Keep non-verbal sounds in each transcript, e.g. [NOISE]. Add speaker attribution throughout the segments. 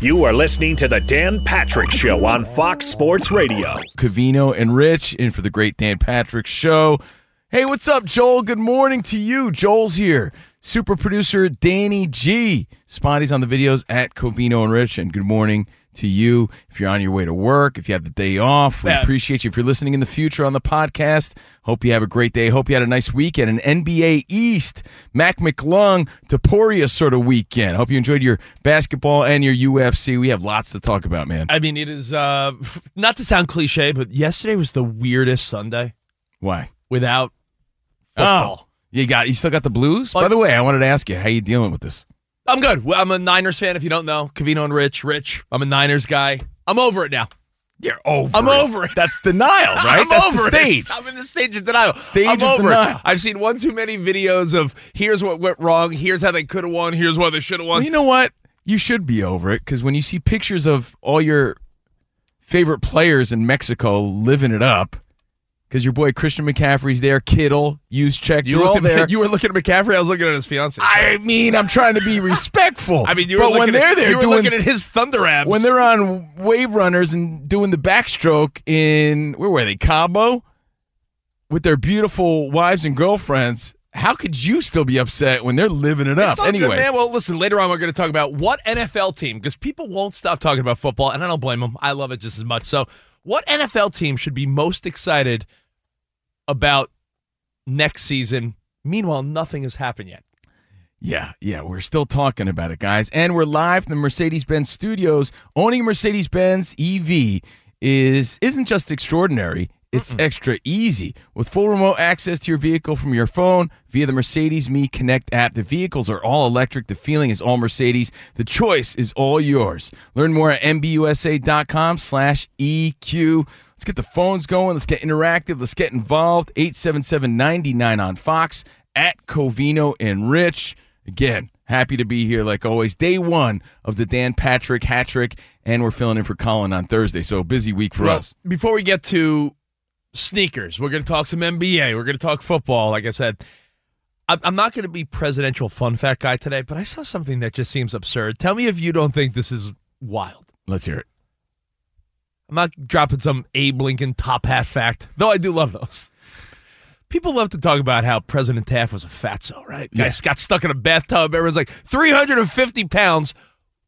Speaker 1: You are listening to The Dan Patrick Show on Fox Sports Radio.
Speaker 2: Cavino and Rich in for the great Dan Patrick show. Hey, what's up, Joel? Good morning to you. Joel's here. Super producer Danny G. Spotty's on the videos at Covino and Rich. And good morning to you. If you're on your way to work, if you have the day off, we appreciate you. If you're listening in the future on the podcast, hope you have a great day. Hope you had a nice weekend. An NBA East, Mac McLung, Taporia sort of weekend. Hope you enjoyed your basketball and your UFC. We have lots to talk about, man.
Speaker 3: I mean, it is uh, not to sound cliche, but yesterday was the weirdest Sunday
Speaker 2: Why?
Speaker 3: without football.
Speaker 2: Oh. You got you still got the blues? By the way, I wanted to ask you, how you dealing with this?
Speaker 3: I'm good. Well, I'm a Niners fan. If you don't know, Cavino and Rich, Rich. I'm a Niners guy. I'm over it now.
Speaker 2: You're over.
Speaker 3: I'm over it.
Speaker 2: That's denial,
Speaker 3: [LAUGHS]
Speaker 2: right?
Speaker 3: I'm
Speaker 2: That's
Speaker 3: over
Speaker 2: the
Speaker 3: it.
Speaker 2: stage.
Speaker 3: I'm in the stage of denial.
Speaker 2: Stage
Speaker 3: I'm
Speaker 2: of
Speaker 3: over
Speaker 2: denial.
Speaker 3: It. I've seen one too many videos of here's what went wrong, here's how they could have won, here's why they should have won.
Speaker 2: Well, you know what? You should be over it because when you see pictures of all your favorite players in Mexico living it up, because your boy Christian McCaffrey's there, Kittle, Juszczyk,
Speaker 3: You
Speaker 2: they're all
Speaker 3: looked at-
Speaker 2: there.
Speaker 3: [LAUGHS] you were looking at McCaffrey. I was looking at his fiance.
Speaker 2: I mean, I'm trying to be respectful.
Speaker 3: I mean, you
Speaker 2: but
Speaker 3: were
Speaker 2: when
Speaker 3: looking
Speaker 2: they're
Speaker 3: at,
Speaker 2: there
Speaker 3: you were
Speaker 2: doing
Speaker 3: looking at his thunder abs.
Speaker 2: when they're on wave runners and doing the backstroke in where were they Cabo with their beautiful wives and girlfriends. How could you still be upset when they're living it
Speaker 3: It's
Speaker 2: up?
Speaker 3: all good,
Speaker 2: Anyway,
Speaker 3: man. Well, listen. Later on, we're going to talk about what NFL team because people won't stop talking about football, and I don't blame them. I love it just as much. So, what NFL team should be most excited about next season? Meanwhile, nothing has happened yet.
Speaker 2: yeah, yeah, we're still talking about it, guys, and we're live from the Mercedes-Benz studios. Owning a Mercedes-Benz EV is isn't just extraordinary; it's extra easy with full remote access to your vehicle from your phone via the Mercedes Me Connect app. The vehicles are all electric. The feeling is all Mercedes. The choice is all yours. Learn more at mbusa.com slash EQ. Let's get the phones going. Let's get interactive. Let's get involved. 877-99 on Fox at Covino and Rich. Again, happy to be here like always. Day one of the Dan Patrick hat trick, and we're filling in for Colin on Thursday. So busy week for
Speaker 3: Well,
Speaker 2: us.
Speaker 3: Before we get to sneakers, we're going to talk some NBA. We're going to talk football. Like I said, I'm I'm not going to be presidential fun fact guy today, but I saw something that just seems absurd. Tell me if you don't think this is wild.
Speaker 2: Let's hear it.
Speaker 3: I'm not dropping some Abe Lincoln top hat fact, though I do love those. People love to talk about how President Taft was a fatso, right?
Speaker 2: Yeah.
Speaker 3: Guys got stuck in a bathtub. Everyone's like, 350 pounds,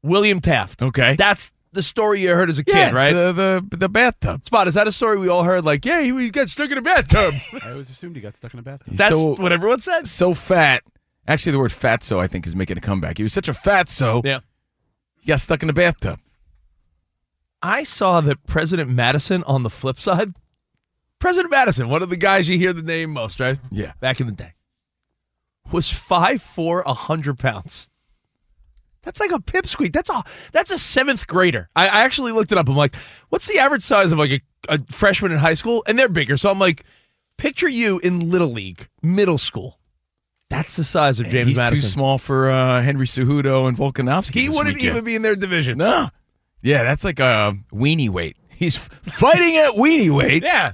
Speaker 3: William Taft.
Speaker 2: Okay.
Speaker 3: That's the story you heard as a kid, right?
Speaker 2: The, the, the bathtub.
Speaker 3: Spot, is that a story we all heard? Like, yeah, he- he got stuck in a bathtub.
Speaker 4: I always assumed he got stuck in a bathtub.
Speaker 3: That's
Speaker 2: so,
Speaker 3: what everyone says.
Speaker 2: so fat. Actually, the word fatso, I think, is making a comeback. He was such a fatso,
Speaker 3: Yeah.
Speaker 2: he got stuck in the bathtub.
Speaker 3: I saw that President Madison on the flip side. President Madison, one of the guys you hear the name most, right?
Speaker 2: Yeah.
Speaker 3: back in the day was five four, a 100 pounds. That's like a pipsqueak. That's a that's a seventh grader. I, I actually looked it up. I'm like, what's the average size of like a, a freshman in high school? And they're bigger. So I'm like, picture you in little league, middle school. That's the size of
Speaker 2: And
Speaker 3: James
Speaker 2: He's
Speaker 3: Madison.
Speaker 2: too small for uh, Henry Cejudo and Volkanovski.
Speaker 3: He
Speaker 2: this
Speaker 3: wouldn't
Speaker 2: weekend.
Speaker 3: even be in their division.
Speaker 2: No. Yeah, that's like a weenie weight. He's f- fighting at weenie weight.
Speaker 3: Yeah.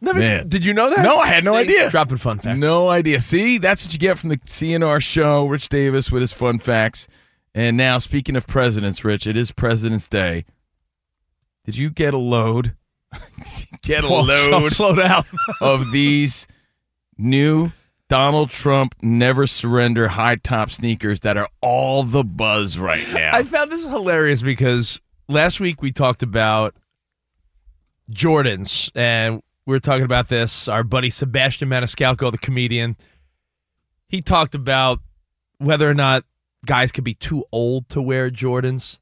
Speaker 3: Never-
Speaker 2: Man.
Speaker 3: Did you know that?
Speaker 2: No, I had no
Speaker 3: See?
Speaker 2: idea.
Speaker 3: Dropping fun facts.
Speaker 2: No idea. See, that's what you get from the CNR show. Rich Davis with his fun facts. And now, speaking of presidents, Rich, it is President's Day. Did you get a load? [LAUGHS] get a
Speaker 3: Well,
Speaker 2: load
Speaker 3: Slow down.
Speaker 2: [LAUGHS] of these new Donald Trump never surrender high top sneakers that are all the buzz right now.
Speaker 3: I found this hilarious because last week we talked about Jordans and we were talking about this. Our buddy Sebastian Maniscalco, the comedian, he talked about whether or not guys could be too old to wear Jordans.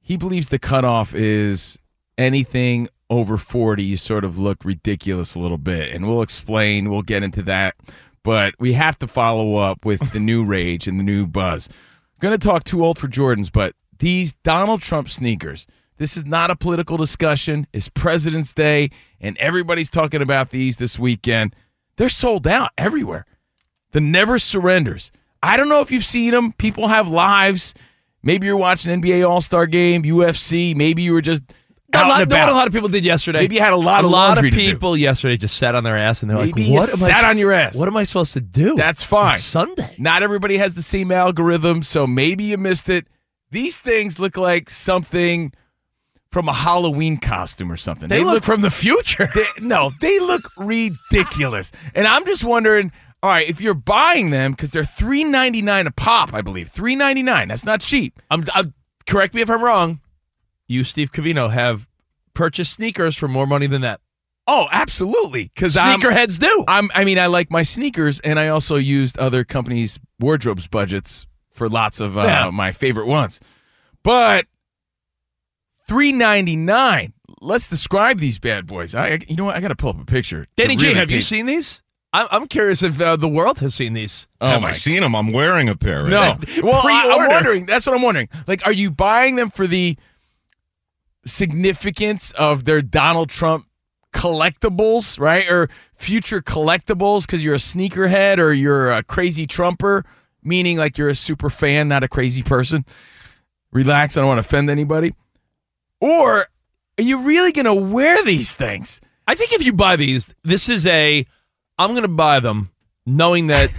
Speaker 2: he believes the cutoff is anything over 40 you sort of look ridiculous a little bit and we'll explain we'll get into that but we have to follow up with the new rage and the new buzz going to talk too old for jordans but these donald trump sneakers this is not a political discussion it's president's day and everybody's talking about these this weekend they're sold out everywhere the never surrenders. I don't know if you've seen them. People have lives. Maybe you're watching NBA All Star Game, UFC. Maybe you were just
Speaker 3: Not
Speaker 2: out
Speaker 3: a lot,
Speaker 2: and
Speaker 3: not
Speaker 2: about.
Speaker 3: a lot of people did yesterday.
Speaker 2: Maybe you had a lot
Speaker 3: a
Speaker 2: of
Speaker 3: lot
Speaker 2: laundry
Speaker 3: of
Speaker 2: to do.
Speaker 3: people yesterday just sat on their ass and they're
Speaker 2: Maybe
Speaker 3: like,
Speaker 2: you
Speaker 3: "What am
Speaker 2: sat
Speaker 3: I,
Speaker 2: on your ass."
Speaker 3: What am I supposed to do?"
Speaker 2: That's fine.
Speaker 3: It's Sunday.
Speaker 2: Not everybody has the same algorithm, so maybe you missed it. These things look like something from a Halloween costume or something.
Speaker 3: They, look, from the future.
Speaker 2: [LAUGHS] they, no, they look ridiculous. And I'm just wondering, all right, if you're buying them because they're 3.99 a pop, I believe. 3.99. That's not cheap.
Speaker 3: I'm, I'm correct me if [LAUGHS] I'm wrong. You, Steve Cavino, have purchased sneakers for more money than that.
Speaker 2: Oh, absolutely. Because I'm
Speaker 3: Sneakerheads do.
Speaker 2: I'm, I mean, I like my sneakers, and I also used other companies' wardrobes budgets for lots of uh,
Speaker 3: Yeah.
Speaker 2: my favorite ones. But three ninety nine. Let's describe these bad boys. I, I- you know what? I got to pull up a picture. to
Speaker 3: Danny G,
Speaker 2: really
Speaker 3: have you
Speaker 2: gauge-
Speaker 3: seen these? I'm, I'm curious if uh, the world has seen these.
Speaker 2: Oh
Speaker 5: Have
Speaker 2: my
Speaker 5: I seen them? I'm wearing a pair. Right
Speaker 2: No.
Speaker 5: now.
Speaker 2: [LAUGHS] Well, I,
Speaker 3: Pre-order.
Speaker 2: am wondering. That's what I'm wondering. Like, are you buying them for the significance of their Donald Trump collectibles, right? Or future collectibles because you're a sneakerhead or you're a crazy Trumper, meaning like you're a super fan, not a crazy person. Relax. I don't want to offend anybody. Or are you really going to wear these things?
Speaker 3: I think if you buy these, this is a. I'm going to buy them
Speaker 2: [LAUGHS]
Speaker 3: knowing that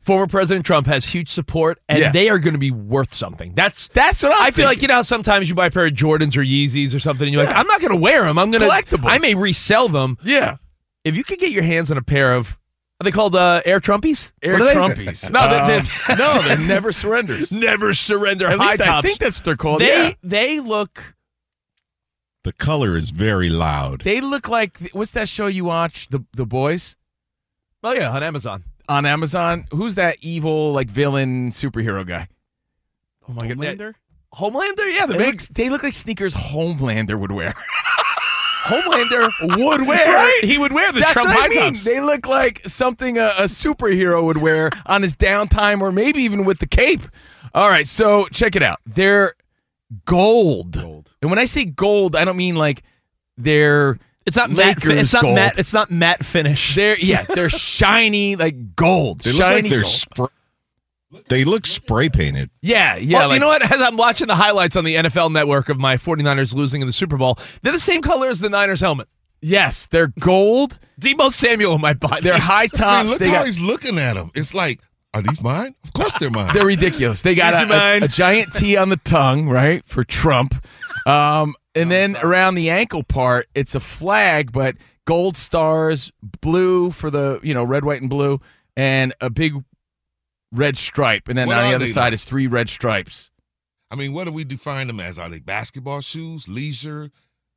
Speaker 3: former President Trump has huge support and
Speaker 2: Yeah.
Speaker 3: they are going to be worth something. That's
Speaker 2: That's what I'm
Speaker 3: I feel like
Speaker 2: thinking.
Speaker 3: you know how sometimes you buy a pair of Jordans or Yeezys or something and you're like I'm not going to wear them. I'm going to
Speaker 2: Collectibles.
Speaker 3: I may resell them.
Speaker 2: Yeah.
Speaker 3: If you could get your hands on a pair of are they called uh, Air Trumpies?
Speaker 2: Air
Speaker 3: What are they?
Speaker 2: Trumpies.
Speaker 3: [LAUGHS] No, they-
Speaker 2: Um, [LAUGHS] no, they never surrenders.
Speaker 3: [LAUGHS] Never surrender
Speaker 2: At
Speaker 3: high
Speaker 2: least I
Speaker 3: tops.
Speaker 2: think that's what they're called.
Speaker 3: they
Speaker 2: yeah.
Speaker 3: they look
Speaker 5: The color is very loud.
Speaker 2: They look like what's that show you watch? The the boys
Speaker 3: well Oh, yeah on Amazon.
Speaker 2: on Amazon. Who's that evil like villain superhero guy?
Speaker 3: Oh my
Speaker 4: Homelander?
Speaker 3: Homelander, yeah, the
Speaker 2: They
Speaker 3: big
Speaker 2: look, they look like sneakers Homelander would wear. [LAUGHS]
Speaker 3: Homelander [LAUGHS] would wear.
Speaker 2: Right?
Speaker 3: He would wear the
Speaker 2: That's
Speaker 3: Trump
Speaker 2: what I
Speaker 3: high
Speaker 2: mean.
Speaker 3: tops.
Speaker 2: They look like something a, a superhero would wear on his downtime, or maybe even with the cape. All right, so check it out. They're gold.
Speaker 4: Gold.
Speaker 2: And when I say gold, I don't mean like they're
Speaker 3: It's not matte.
Speaker 2: Lakers
Speaker 3: Fin- it's not
Speaker 2: gold.
Speaker 3: matte. It's not matte [LAUGHS] finish.
Speaker 2: They're yeah, they're shiny like gold.
Speaker 5: They look
Speaker 2: shiny
Speaker 5: like they're
Speaker 2: gold.
Speaker 5: spray. They look spray painted.
Speaker 2: yeah, yeah.
Speaker 3: Well,
Speaker 2: like,
Speaker 3: you know what? As I'm watching the highlights on the NFL Network of my 49ers losing in the Super Bowl, they're the same color as the Niners helmet.
Speaker 2: Yes, they're gold.
Speaker 3: Debo Samuel might buy.
Speaker 2: They're
Speaker 3: these.
Speaker 2: high
Speaker 5: I mean,
Speaker 2: tops.
Speaker 5: look
Speaker 2: They
Speaker 5: how
Speaker 2: got,
Speaker 5: he's looking at them. It's like, are these mine? Of course they're mine.
Speaker 2: they're ridiculous. They got
Speaker 3: Easy
Speaker 2: a- a,
Speaker 3: mind.
Speaker 2: a giant T on the tongue, right, for Trump. Um,
Speaker 5: Oh,
Speaker 2: and then around the ankle part, it's a flag, but gold stars, blue for the you know red, white, and blue, and a big red stripe. And then
Speaker 5: What
Speaker 2: on the
Speaker 5: are
Speaker 2: other
Speaker 5: they,
Speaker 2: side
Speaker 5: though?
Speaker 2: is three red stripes.
Speaker 5: I mean, what do we define them as? Are they basketball shoes, leisure?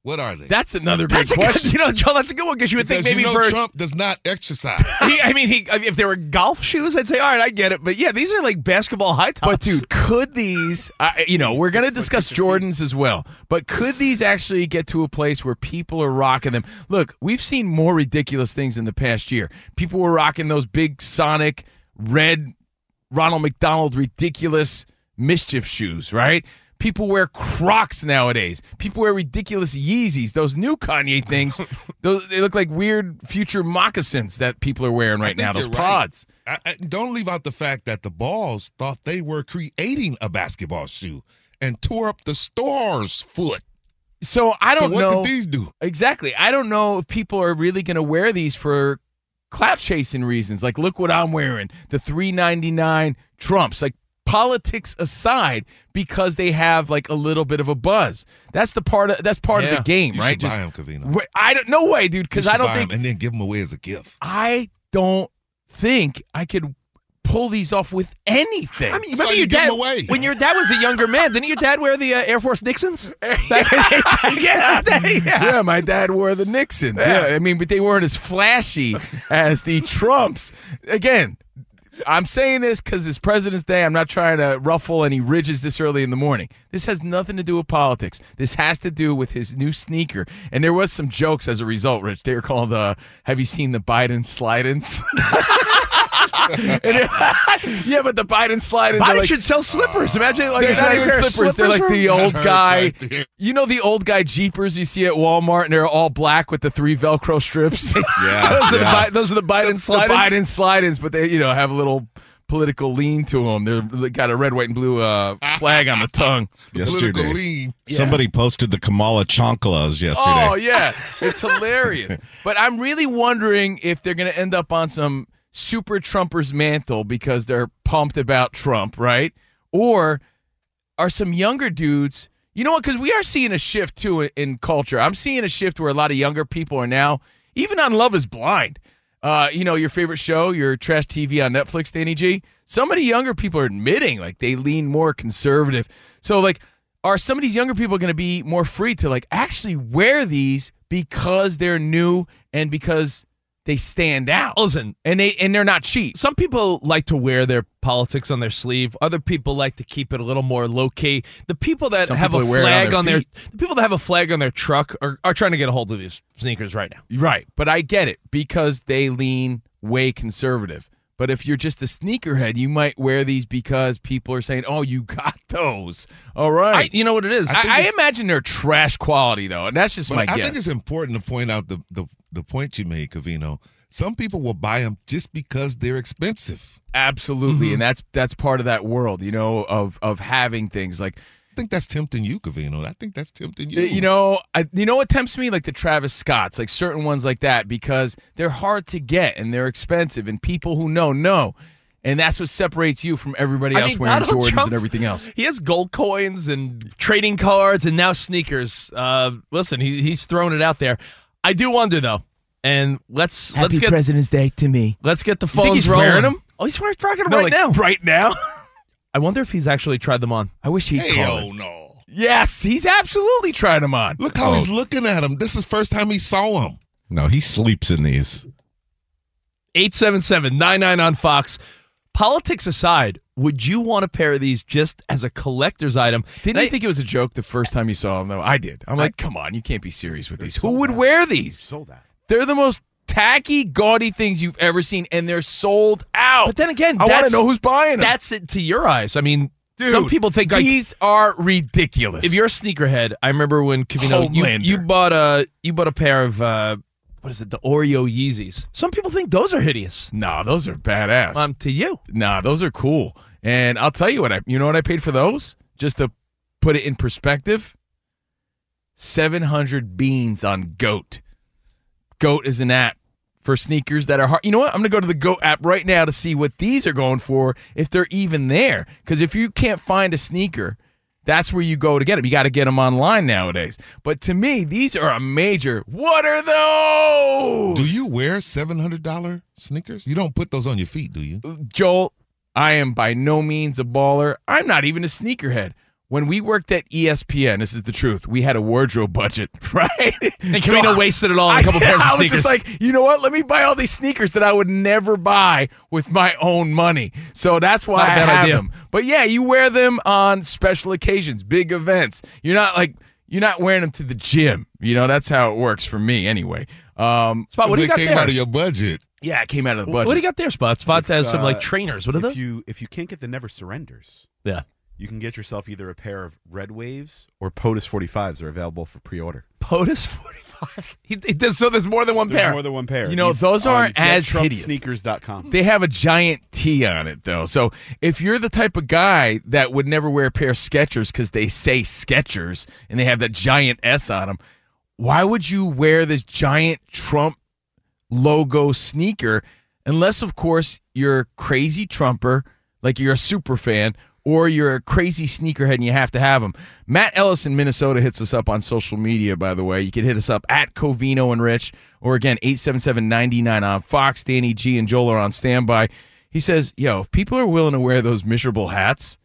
Speaker 5: What are they?
Speaker 2: That's another big
Speaker 3: [LAUGHS] That's a good,
Speaker 2: question.
Speaker 3: you know, Joe. That's a good one because you would
Speaker 5: because
Speaker 3: think maybe
Speaker 5: you know
Speaker 3: for.
Speaker 5: Trump does not
Speaker 2: [LAUGHS]
Speaker 5: exercise.
Speaker 3: he, I mean, he, if they were golf shoes, I'd say, all right, I get it. But yeah, these are like basketball high tops.
Speaker 2: But dude, could these? I you know, we're gonna discuss Jordans as well. But could these actually get to a place where people are rocking them? Look, we've seen more ridiculous things in the past year. People were rocking those big Sonic red Ronald McDonald ridiculous mischief shoes, right? People wear Crocs nowadays. People wear ridiculous Yeezys. Those new Kanye
Speaker 3: [LAUGHS]
Speaker 2: things, those they look like weird future moccasins that people are wearing
Speaker 5: I
Speaker 2: right
Speaker 5: think
Speaker 2: now. Those
Speaker 5: you're right.
Speaker 2: pods.
Speaker 5: I, I, don't leave out the fact that the balls thought they were creating a basketball shoe and tore up the store's foot.
Speaker 2: So I don't
Speaker 5: so what
Speaker 2: know.
Speaker 5: did these do?
Speaker 2: Exactly. I don't know if people are really going to wear these for clout chasing reasons. Like, look what I'm wearing the 399 Trumps. Like, politics aside because they have like a little bit of a buzz. That's the part of that's part of
Speaker 5: Yeah.
Speaker 2: the game,
Speaker 5: You
Speaker 2: right?
Speaker 5: should buy 'em, Covino.
Speaker 2: Wait, I don't no way, dude, because
Speaker 5: You
Speaker 2: I
Speaker 5: should
Speaker 2: don't
Speaker 5: buy 'em
Speaker 2: think
Speaker 5: and then give them away as a gift.
Speaker 2: I don't think I could pull these off with anything.
Speaker 3: I mean, remember your dad when your dad was a younger man? Didn't your dad wear the uh, Air Force
Speaker 5: [LAUGHS]
Speaker 3: Nixons? [LAUGHS]
Speaker 2: [LAUGHS] yeah, yeah, my dad wore the Nixons. Yeah. I mean, but they weren't as [LAUGHS] flashy as the Trumps. Again, I'm saying this because it's President's Day. I'm not trying to ruffle any ridges this early in the morning. This has nothing to do with politics. This has to do with his new sneaker. And there was some jokes as a result, Rich. They were called, uh, have you seen the Biden slide-ins? [LAUGHS] And they're- [LAUGHS] yeah, but the Biden slide-ins are
Speaker 3: Biden
Speaker 2: like-
Speaker 3: should sell slippers. Imagine like
Speaker 2: they're
Speaker 3: it's not
Speaker 2: not even
Speaker 3: a pair of
Speaker 2: slippers. They're like
Speaker 3: for him.
Speaker 2: the old
Speaker 3: [LAUGHS]
Speaker 2: guy. you know the old guy Jeepers you see at Walmart, and they're all black with the three Velcro
Speaker 3: [LAUGHS]
Speaker 2: strips.
Speaker 3: Yeah, Those are the yeah. Bi- those are the Biden slide-ins?
Speaker 2: The Biden slide-ins, but they you know have a little political lean to them. They're they got a red, white, and blue uh, flag on the tongue.
Speaker 6: yesterday. Somebody posted the Kamala Chonklas yesterday.
Speaker 2: Oh yeah, it's hilarious. but I'm really wondering if they're going to end up on some super Trumpers mantle because they're pumped about Trump, right? Or are some younger dudes? You know what? Because we are seeing a shift too in- in culture. I'm seeing a shift where a lot of younger people are now, even on Love Is Blind. Uh, you know your favorite show, your trash TV on Netflix, Danny G. Some of the younger people are admitting like they lean more conservative. So like are some of these younger people going to be more free to like actually wear these because they're new and because they stand out?
Speaker 3: Listen,
Speaker 2: and they and they're not cheap.
Speaker 3: Some people like to wear their politics on their sleeve. Other people like to keep it a little more low key. The people that
Speaker 2: Some
Speaker 3: have
Speaker 2: people
Speaker 3: a
Speaker 2: wear it on
Speaker 3: flag
Speaker 2: their
Speaker 3: on their,
Speaker 2: feet.
Speaker 3: the people that have a flag on their truck are, are trying to get a hold of these sneakers right now.
Speaker 2: Right, but I get it because they lean way conservative. But if you're just a sneakerhead, you might wear these because people are saying, "Oh, you got those." All right,
Speaker 3: you know what it is.
Speaker 5: I think
Speaker 2: I, I
Speaker 5: it's-
Speaker 2: imagine they're trash quality though, and that's just
Speaker 5: But
Speaker 2: my
Speaker 5: I
Speaker 2: guess.
Speaker 5: think it's important to point out the, the the point you made, Covino. Some people will buy them just because they're expensive.
Speaker 2: Absolutely, and that's that's part of that world, you know, of of having things like
Speaker 5: I think that's tempting you, Covino. I think that's tempting you.
Speaker 2: Y- Uh, You know, I, you know what tempts me like the Travis Scotts, like certain ones like that, because they're hard to get and they're expensive, and people who know know, and that's what separates you from everybody
Speaker 3: I
Speaker 2: else
Speaker 3: mean,
Speaker 2: wearing
Speaker 3: Donald
Speaker 2: Jordans
Speaker 3: Trump-
Speaker 2: and everything else.
Speaker 3: He has gold coins and trading cards and now sneakers. Uh, listen, he, he's throwing it out there. I do wonder though, and [LAUGHS] let's let's get
Speaker 2: President's Day to me.
Speaker 3: let's get the
Speaker 2: think
Speaker 3: phones
Speaker 2: he's
Speaker 3: rolling.
Speaker 2: wearing 'em?
Speaker 3: Oh, he's wearing rocking 'em
Speaker 2: No,
Speaker 3: right
Speaker 2: like,
Speaker 3: now.
Speaker 2: right now. [LAUGHS]
Speaker 3: I wonder if he's actually tried them on.
Speaker 2: I wish he
Speaker 5: Hell oh, no.
Speaker 2: Yes, he's absolutely trying them on.
Speaker 5: Look
Speaker 3: Oh.
Speaker 5: how he's looking at him. This is the first time he saw him.
Speaker 6: No, he sleeps in these.
Speaker 3: 877-99 on Fox. Politics aside, would you want a pair of these just as a collector's item?
Speaker 2: Didn't
Speaker 3: And
Speaker 2: you think it was a joke the first time you saw him though? I did. I'm like, come on, you can't be serious with these. Who would wear these?
Speaker 4: Sold out.
Speaker 2: They're the most tacky, gaudy things you've ever seen, and they're sold out.
Speaker 3: But then again,
Speaker 2: I want to
Speaker 3: that's-
Speaker 2: know who's buying them.
Speaker 3: That's it to your eyes. I mean,
Speaker 2: Dude,
Speaker 3: some people think like,
Speaker 2: these are ridiculous.
Speaker 3: if you're a sneakerhead, I remember when Covino, you,
Speaker 2: Homelander.
Speaker 3: you bought a you bought a pair of uh, what is it, the Oreo
Speaker 2: [LAUGHS]
Speaker 3: Yeezys. Some people think those are hideous.
Speaker 2: nah, those are badass.
Speaker 3: Um, to you,
Speaker 2: nah, those are cool. And I'll tell you what I you know what I paid for those just to put it in perspective. Seven hundred beans on Goat. Goat is an app for sneakers that are hard. You know what? I'm gonna go to the Goat app right now to see what these are going for if they're even there. Because if you can't find a sneaker. That's where you go to get them. You got to get them online nowadays. But to me, these are a major. What are those?
Speaker 5: Do you wear seven hundred dollar sneakers? You don't put those on your feet, do you?
Speaker 2: Joel, I am by no means a baller. I'm not even a sneakerhead. When we worked at E ESPN, this is the truth. We had a wardrobe budget, [LAUGHS] right?
Speaker 3: and Covino wasted it all
Speaker 2: [LAUGHS]
Speaker 3: on
Speaker 2: I-
Speaker 3: a couple pairs of
Speaker 2: I was
Speaker 3: sneakers.
Speaker 2: just like, you know what? Let me buy all these sneakers that I would never buy with my own money. So that's why
Speaker 3: Not a
Speaker 2: I
Speaker 3: bad
Speaker 2: have
Speaker 3: idea.
Speaker 2: them. But yeah, you wear them on special occasions, big events. You're not like you're not wearing them to the gym. You know that's how it works for me anyway. Um,
Speaker 3: Spot, what do
Speaker 5: they
Speaker 3: you got
Speaker 5: came
Speaker 3: there?
Speaker 5: out of your budget.
Speaker 2: yeah, it came out of the budget.
Speaker 3: what do you got there, Spot? Spot
Speaker 4: If,
Speaker 3: has some like
Speaker 4: uh,
Speaker 3: trainers. What are
Speaker 4: if
Speaker 3: those?
Speaker 4: You, if you can't get the Never Surrenders,
Speaker 3: yeah,
Speaker 4: you can get yourself either a pair of Red Waves or POTUS 45s are available for pre-order.
Speaker 3: POTUS forty
Speaker 2: [LAUGHS]
Speaker 3: fives. He, he does so. There's more than one
Speaker 4: There's
Speaker 3: pair.
Speaker 4: more than one pair.
Speaker 2: You know,
Speaker 4: These
Speaker 2: those
Speaker 4: on
Speaker 2: aren't as hideous.
Speaker 4: GetTrumpSneakers.com.
Speaker 2: They have a giant T on it though. So if you're the type of guy that would never wear a pair of Skechers because they say Skechers and they have that giant S on them, why would you wear this giant Trump logo sneaker? Unless, of course, you're a crazy Trumper, like you're a super fan, or you're a crazy sneakerhead and you have to have them. Matt Ellis in Minnesota hits us up on social media, by the way. You can hit us up at Covino and Rich, or again, 877-99 on Fox. Danny G and Joel are on standby. He says, yo, if people are willing to wear those miserable hats,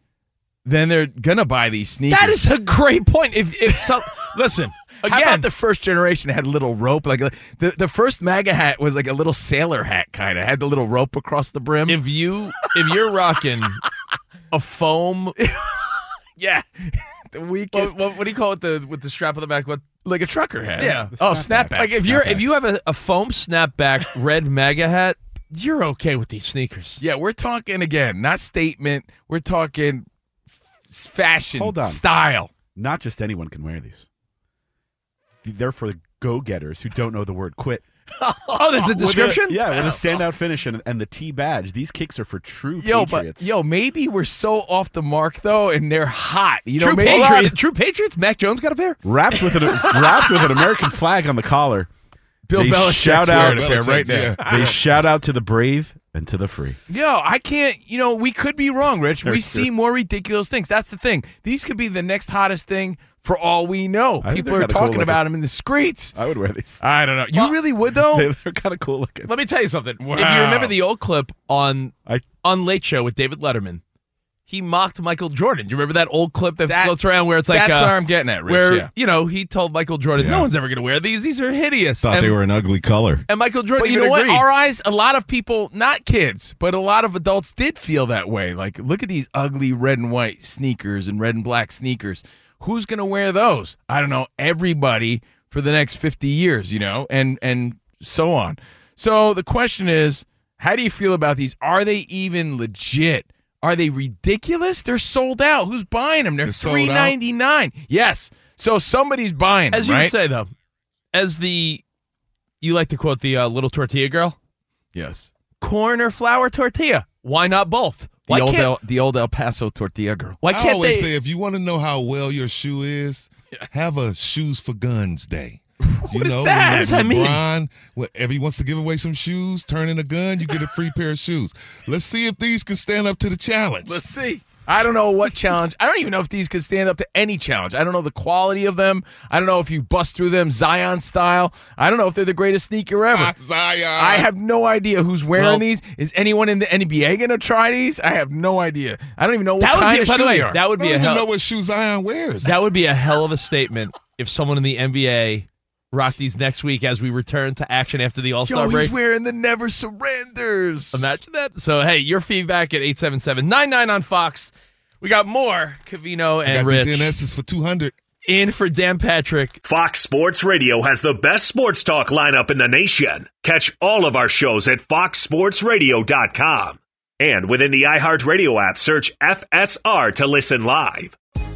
Speaker 2: then they're going to buy these sneakers.
Speaker 7: That is a great point. If if
Speaker 2: [LAUGHS]
Speaker 7: some listen,
Speaker 2: How about the first generation had a little rope? Like the, the first MAGA hat was like a little sailor hat kind of had the little rope across the brim.
Speaker 7: If you if you're rocking a foam,
Speaker 2: [LAUGHS] yeah, [LAUGHS] the weakest.
Speaker 7: What, what, what do you call it? The with the strap on the back, what
Speaker 2: like a trucker hat?
Speaker 7: Yeah.
Speaker 2: The Oh, snapback. snapback.
Speaker 7: Like if you're
Speaker 2: Snapback.
Speaker 7: if you have a, a foam
Speaker 2: [LAUGHS]
Speaker 7: snapback red MAGA hat, you're okay with these sneakers.
Speaker 2: Yeah, we're talking again, not statement. We're talking f- fashion,
Speaker 4: Hold on.
Speaker 2: style.
Speaker 4: Not just anyone can wear these. They're for go-getters who don't know the word quit.
Speaker 7: [LAUGHS] Oh, there's a description.
Speaker 4: With a, yeah, with a standout finish and, and the T badge. These kicks are for true
Speaker 2: Yo,
Speaker 4: patriots.
Speaker 2: but yo, maybe we're so off the mark though, and they're hot. You know,
Speaker 7: True,
Speaker 2: maybe
Speaker 7: Patriot, true Patriots. Mac Jones got a pair.
Speaker 4: wrapped with an wrapped with an American flag on the collar.
Speaker 2: Bill
Speaker 4: they
Speaker 2: Belichick's
Speaker 4: shout out
Speaker 2: wearing a pair right now.
Speaker 4: They shout out to the brave and to the free.
Speaker 2: Yo, I can't. You know, we could be wrong, Rich.
Speaker 4: Very
Speaker 2: we
Speaker 4: true.
Speaker 2: see more ridiculous things. That's the thing. These could be the next hottest thing for all we know.
Speaker 4: I think
Speaker 2: People
Speaker 4: they're
Speaker 2: are
Speaker 4: kinda cool
Speaker 2: talking
Speaker 4: looking.
Speaker 2: about them in the streets.
Speaker 4: I would wear these.
Speaker 2: I don't know. You really would though.
Speaker 4: They- [LAUGHS] They're kind of cool looking.
Speaker 7: Let me tell you something. If you
Speaker 2: Wow.
Speaker 7: remember the old clip on
Speaker 4: I-
Speaker 7: on Late Show with David Letterman, he mocked Michael Jordan. Do you remember that old clip that,
Speaker 2: That-
Speaker 7: floats around where it's like
Speaker 2: That's
Speaker 7: uh,
Speaker 2: where I'm getting at, Rich.
Speaker 7: where
Speaker 2: yeah.
Speaker 7: you know he told Michael Jordan,
Speaker 6: Yeah.
Speaker 7: "No one's ever going to wear these. These are hideous."
Speaker 6: Thought
Speaker 7: and,
Speaker 6: they were an ugly color.
Speaker 7: and Michael Jordan
Speaker 2: But you
Speaker 7: even
Speaker 2: know what?
Speaker 7: agreed.
Speaker 2: Our eyes, a lot of people, not kids, but a lot of adults did feel that way. Like, look at these ugly red and white sneakers and red and black sneakers. Who's going to wear those? I don't know. Everybody for the next 50 years, you know, and and so on. So the question is, how do you feel about these? Are they even legit? Are they ridiculous? They're sold out. Who's buying them? They're,
Speaker 5: They're sold out?
Speaker 2: 3.99. Yes. So somebody's buying them,
Speaker 7: as you
Speaker 2: right?
Speaker 7: would say though, as the you like to quote the uh, little tortilla girl,
Speaker 2: yes.
Speaker 7: corn or flour tortilla. Why not both?
Speaker 2: The
Speaker 7: Why
Speaker 2: old
Speaker 7: can't
Speaker 2: El, the old El Paso tortilla girl.
Speaker 7: why
Speaker 5: I
Speaker 7: can't they?
Speaker 5: always say if you want to know how well your shoe is, have a shoes for guns day. You
Speaker 7: What is
Speaker 5: know,
Speaker 7: that?
Speaker 5: when
Speaker 7: What does that mean?
Speaker 5: LeBron, whenever he wants to give away some shoes, turn in a gun, you get a free pair of shoes. Let's see if these can stand up to the challenge.
Speaker 2: Let's see. I don't know what challenge. I don't even know if these could stand up to any challenge. I don't know the quality of them. I don't know if you bust through them Zion style. I don't know if they're the greatest sneaker ever.
Speaker 5: Ah, Zion.
Speaker 2: I have no idea who's wearing
Speaker 7: Well-
Speaker 2: these. Is anyone in the NBA gonna try these? I have no idea. I don't even know what
Speaker 7: that would
Speaker 2: kind
Speaker 7: be
Speaker 2: of
Speaker 7: by
Speaker 2: shoe
Speaker 7: the way,
Speaker 2: they are.
Speaker 7: that would
Speaker 5: I
Speaker 7: be a
Speaker 5: don't even know
Speaker 7: hell,
Speaker 5: what shoes Zion wears.
Speaker 7: that would be a
Speaker 5: [LAUGHS]
Speaker 7: hell of a statement if someone in the NBA rocked these next week as we return to action after the All Star
Speaker 2: Yo, he's
Speaker 7: break.
Speaker 2: wearing the Never Surrenders.
Speaker 7: Imagine that. So hey, your feedback at 877-99 on Fox. We got more Cavino
Speaker 5: I
Speaker 7: and
Speaker 5: got
Speaker 7: Rich
Speaker 5: these NS's for 200.
Speaker 7: in for Dan Patrick.
Speaker 1: Fox Sports Radio has the best sports talk lineup in the nation. Catch all of our shows at foxsportsradio.com. And within the iHeartRadio app, search FSR to listen live.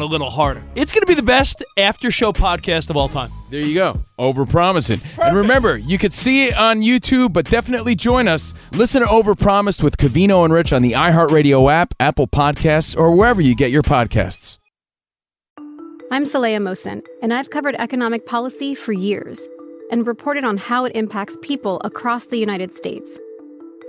Speaker 3: a little harder. It's going to be the best after show podcast of all time.
Speaker 2: There you go. Overpromising. And remember, you could see it on YouTube, but definitely join us. Listen to Overpromised with Cavino and Rich on the iHeartRadio app, Apple Podcasts, or wherever you get your podcasts.
Speaker 8: I'm Saleya Mosin, and I've covered economic policy for years and reported on how it impacts people across the United States.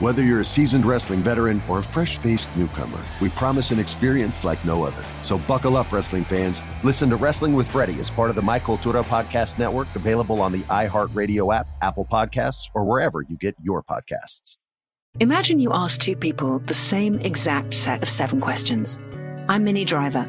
Speaker 9: Whether you're a seasoned wrestling veteran or a fresh faced newcomer, we promise an experience like no other. So buckle up, wrestling fans. Listen to Wrestling with Freddie as part of the My Cultura Podcast Network, available on the iHeartRadio app, Apple Podcasts, or wherever you get your podcasts.
Speaker 10: Imagine you ask two people the same exact set of seven questions. I'm Minnie Driver,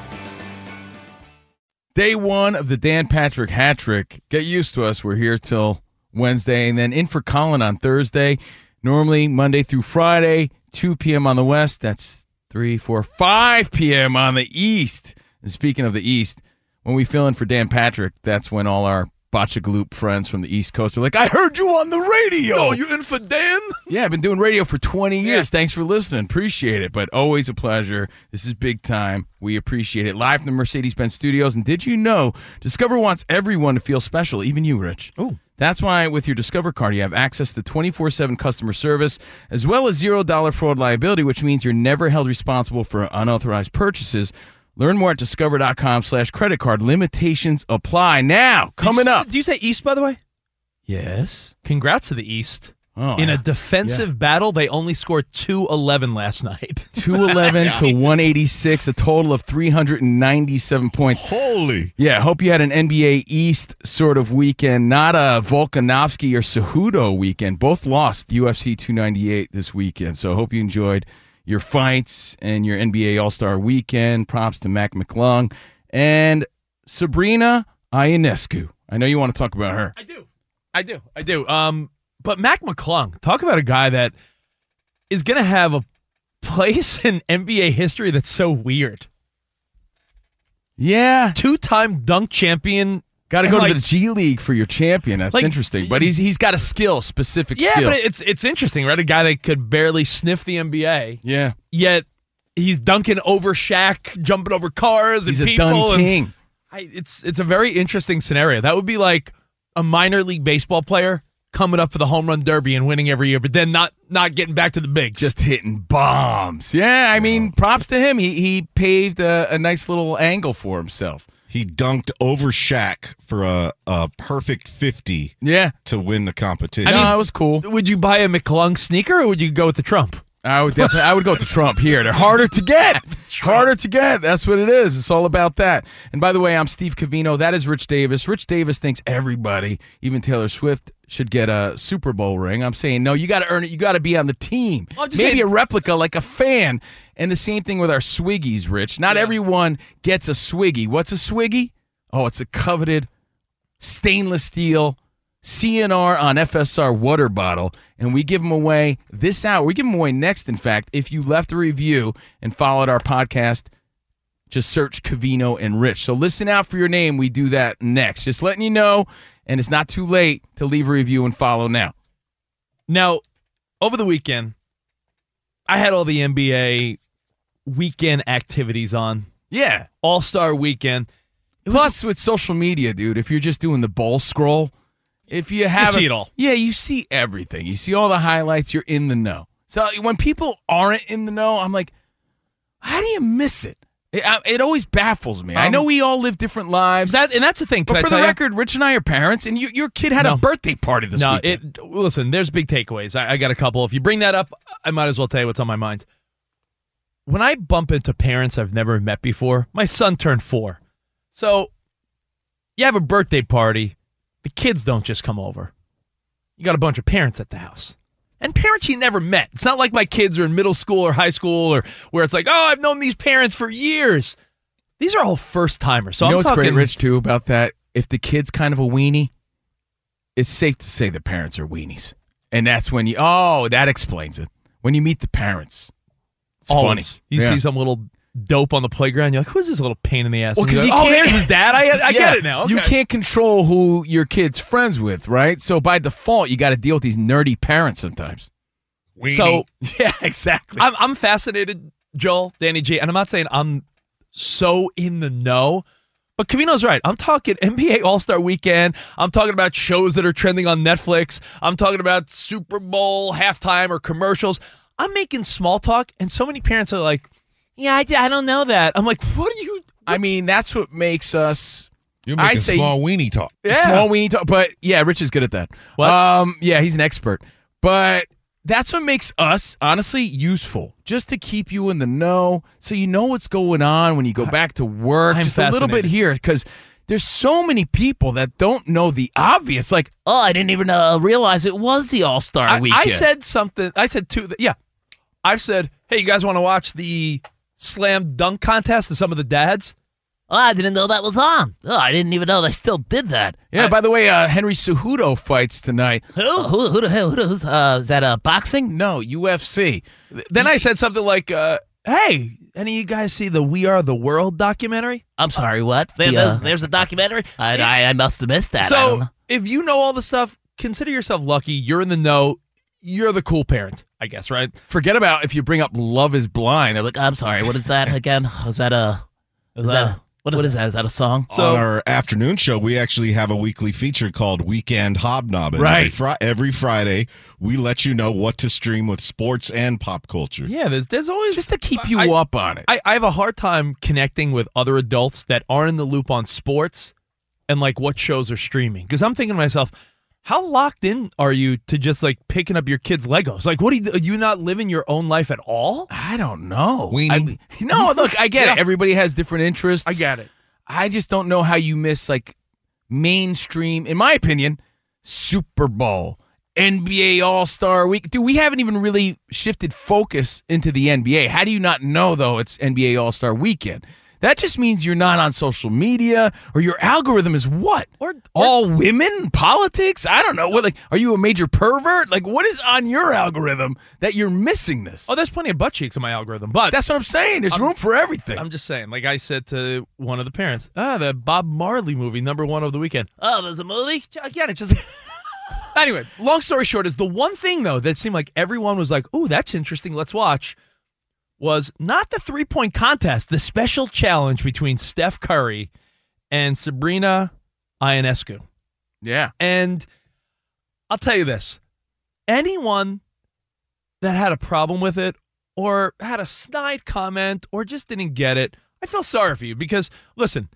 Speaker 2: Day one of the Dan Patrick hat trick. Get used to us. We're here till Wednesday and then in for Colin on Thursday. Normally Monday through Friday, 2 p.m. on the West. That's 3, 4, 5 p.m. on the East. And speaking of the East, when we fill in for Dan Patrick, that's when all our Botchagaloop friends from the East Coast are like, I heard you on the radio.
Speaker 7: No, you in for Dan?
Speaker 2: [LAUGHS] Yeah, I've been doing radio for 20 years. Thanks for listening. Appreciate it, but always a pleasure. This is big time. We appreciate it. Live from the Mercedes Benz studios. And did you know Discover wants everyone to feel special, even you, Rich? Oh. That's why with your Discover card, you have access to 24 7 customer service, as well as $0 fraud liability, which means you're never held responsible for unauthorized purchases. Learn more at discover.com slash credit card. Limitations apply. Now, coming up.
Speaker 3: Do you say East, by the way?
Speaker 2: Yes.
Speaker 3: Congrats to the East.
Speaker 2: Oh,
Speaker 3: In
Speaker 2: yeah.
Speaker 3: a defensive battle, they only scored 211
Speaker 2: [LAUGHS]
Speaker 3: last night. [LAUGHS]
Speaker 2: 211 to 186, a total of 397 points.
Speaker 5: Holy.
Speaker 2: Yeah, hope you had an NBA East sort of weekend, not a Volkanovski or Cejudo weekend. Both lost UFC 298 this weekend, so hope you enjoyed your fights and your NBA All Star weekend. Props to Mac McClung and Sabrina Ionescu. I know you want to talk about her.
Speaker 7: I do.
Speaker 3: I do.
Speaker 7: I do. Um,
Speaker 3: But Mac McClung, talk about a guy that is going to have a place [LAUGHS] in NBA history that's so weird.
Speaker 2: Yeah.
Speaker 3: Two time dunk champion.
Speaker 2: Got to
Speaker 3: And,
Speaker 2: go
Speaker 3: like-
Speaker 2: to the G League for your champion. That's
Speaker 3: Like,
Speaker 2: interesting. But he's he's got a skill, specific
Speaker 3: Yeah,
Speaker 2: skill.
Speaker 3: but it's it's interesting, right? A guy that could barely sniff the NBA.
Speaker 2: Yeah.
Speaker 3: Yet he's dunking over Shaq, jumping over cars and
Speaker 2: He's a
Speaker 3: people.
Speaker 2: dun
Speaker 3: and-
Speaker 2: king.
Speaker 3: I, it's it's a very interesting scenario. That would be like a minor league baseball player coming up for the home run derby and winning every year, but then not not getting back to the bigs.
Speaker 2: Just hitting bombs. Yeah, I mean, props to him. He he paved a, a nice little angle for himself.
Speaker 6: He dunked over Shaq for a, a perfect 50
Speaker 2: yeah.
Speaker 6: to win the competition.
Speaker 2: no, it was cool.
Speaker 3: Would you buy a McClung sneaker or would you go with the Trump?
Speaker 2: I would definitely. I would go with the Trump here. They're harder to get. harder to get. That's what it is. It's all about that. And by the way, I'm Steve Cavino. That is Rich Davis. Rich Davis thinks everybody, even Taylor Swift, should get a Super Bowl ring. I'm saying no, you got to earn it. You got to be on the team.
Speaker 11: I'm
Speaker 2: Maybe
Speaker 11: just saying-
Speaker 2: a replica, like a fan. And the same thing with our Swiggies, Rich. Not everyone gets a Swiggy. What's a Swiggy? Oh, it's a coveted stainless steel CNR on FSR water bottle, and we give them away this hour. We give them away next, in fact, if you left a review and followed our podcast. Just search Cavino and Rich. So listen out for your name. We do that next. Just letting you know, and it's not too late to leave a review and follow now.
Speaker 3: Now, over the weekend, I had all the NBA weekend activities on.
Speaker 2: Yeah.
Speaker 3: All Star Weekend.
Speaker 2: Plus, with social media, dude, if you're just doing the ball scroll, if you have
Speaker 3: see it all.
Speaker 2: yeah, you see everything. You see all the highlights. You're in the know. So when people aren't in the know, I'm like, how do you miss it? It, I- it always baffles me. I
Speaker 3: Um,
Speaker 2: know we all live different lives.
Speaker 3: That and that's the thing.
Speaker 2: But
Speaker 3: can I
Speaker 2: for
Speaker 3: tell
Speaker 2: the
Speaker 3: ya?
Speaker 2: record, Rich and I are parents, and you, your kid had a
Speaker 3: No.
Speaker 2: birthday party this
Speaker 3: no,
Speaker 2: weekend.
Speaker 3: it. Listen, there's big takeaways. I, I got a couple. If you bring that up, I might as well tell you what's on my mind. When I bump into parents I've never met before, my son turned four. So you have a birthday party, the kids don't just come over. You got a bunch of parents at the house. And parents you never met. It's not like my kids are in middle school or high school or where it's like, oh, I've known these parents for years. These are all first timers. So
Speaker 2: you know
Speaker 3: I'm
Speaker 2: what's
Speaker 3: talking
Speaker 2: great, Rich, too, about that? If the kid's kind of a weenie, it's safe to say the parents are weenies. And that's when you, oh, that explains it. When you meet the parents, it's
Speaker 3: Always.
Speaker 2: funny.
Speaker 3: You
Speaker 2: Yeah.
Speaker 3: see some little dope on the playground. You're like, who's this little pain in the ass?
Speaker 2: Well,
Speaker 3: And you're
Speaker 2: 'cause
Speaker 3: like,
Speaker 2: you
Speaker 3: oh,
Speaker 2: can't-
Speaker 3: there's his dad. I, I
Speaker 2: Yeah.
Speaker 3: get it now.
Speaker 2: You
Speaker 3: Okay.
Speaker 2: can't control who your kid's friends with, right? So by default, you got to deal with these nerdy parents sometimes.
Speaker 3: So [LAUGHS]
Speaker 2: yeah, exactly.
Speaker 3: I'm, I'm fascinated, Joel, Danny G, and I'm not saying I'm so in the know, but Camino's right. I'm talking NBA All Star Weekend. I'm talking about shows that are trending on Netflix. I'm talking about Super Bowl halftime or commercials. I'm making small talk, and so many parents are like, "Yeah, I, I don't know that." I'm like, "What are you?"
Speaker 2: I mean, that's what makes us.
Speaker 5: You're
Speaker 2: I
Speaker 5: making
Speaker 2: say-
Speaker 5: small weenie talk.
Speaker 2: Small weenie talk. But yeah, Rich is good at that. Um, yeah, he's an expert. But that's what makes us honestly useful, just to keep you in the know, so you know what's going on when you go back to work.
Speaker 3: I'm
Speaker 2: just a little bit
Speaker 3: fascinated.
Speaker 2: here, because there's so many people that don't know the obvious. Like, oh, I didn't even uh, realize it was the All Star
Speaker 3: I- I said something. I said two. Yeah, I've said, hey, you guys want to watch the slam dunk contest to some of the dads? Oh, I didn't know that was on. Oh, I didn't even know they still did that.
Speaker 2: Yeah. by the way, uh, Henry Cejudo fights tonight. Who? Uh, who? Who? the hell- Who? the- Who's? Uh, is that uh, boxing? No, UFC.
Speaker 3: Then I said something like, uh, hey, any of you guys see the We Are the World documentary?
Speaker 7: I'm sorry, what? The, uh,
Speaker 3: a
Speaker 2: [LAUGHS]
Speaker 3: documentary.
Speaker 7: I, I, I must have missed that. I don't
Speaker 3: so
Speaker 7: know.
Speaker 3: if you know all the stuff, consider yourself lucky. You're in the know. You're the cool parent, I guess, right?
Speaker 2: Forget about if you bring up Love Is Blind. I'm like, I'm sorry. What is [LAUGHS] that again? Is that a?
Speaker 7: Is that a-
Speaker 2: what is, that? Is that a song?
Speaker 6: on our afternoon show, we actually have a weekly feature called Weekend Hobnobbing. Every,
Speaker 2: Right.
Speaker 6: Fri- every Friday, we let you know what to stream with sports and pop culture.
Speaker 3: Yeah, there's there's always
Speaker 2: just to keep you up on it.
Speaker 3: I, I have a hard time connecting with other adults that aren't in the loop on sports and like what shows are streaming because I'm thinking to myself, how locked in are you to just like picking up your kids' Legos? Like, what are you, are you not living your own life at all?
Speaker 2: I don't know. I, [LAUGHS] no, look, I get it. Everybody has different interests. I get
Speaker 3: it.
Speaker 2: I just don't know how you miss like mainstream, in my opinion, Super Bowl, NBA All Star Week. Dude, we haven't even really shifted focus into the NBA. How do you not know though? It's NBA All Star Weekend. That just means you're not on social media, or your algorithm is what? Or, all women politics? I don't know. What like? Are you a major pervert? Like, what is on your algorithm that you're missing this?
Speaker 3: Oh, there's plenty of butt cheeks in my algorithm, but
Speaker 2: that's what I'm saying. There's
Speaker 3: I'm-
Speaker 2: room for everything.
Speaker 3: I'm just saying. Like I said to one of the parents, ah, the Bob Marley movie, number one of the weekend. Oh, there's a movie? Again, it's just. anyway, long story short is the one thing, though, that seemed like everyone was like, ooh, that's interesting. Let's watch. Was not the three point contest, the special challenge between Steph Curry and Sabrina Ionescu.
Speaker 2: Yeah.
Speaker 3: And I'll tell you this anyone that had a problem with it or had a snide comment or just didn't get it, I feel sorry for you because, listen,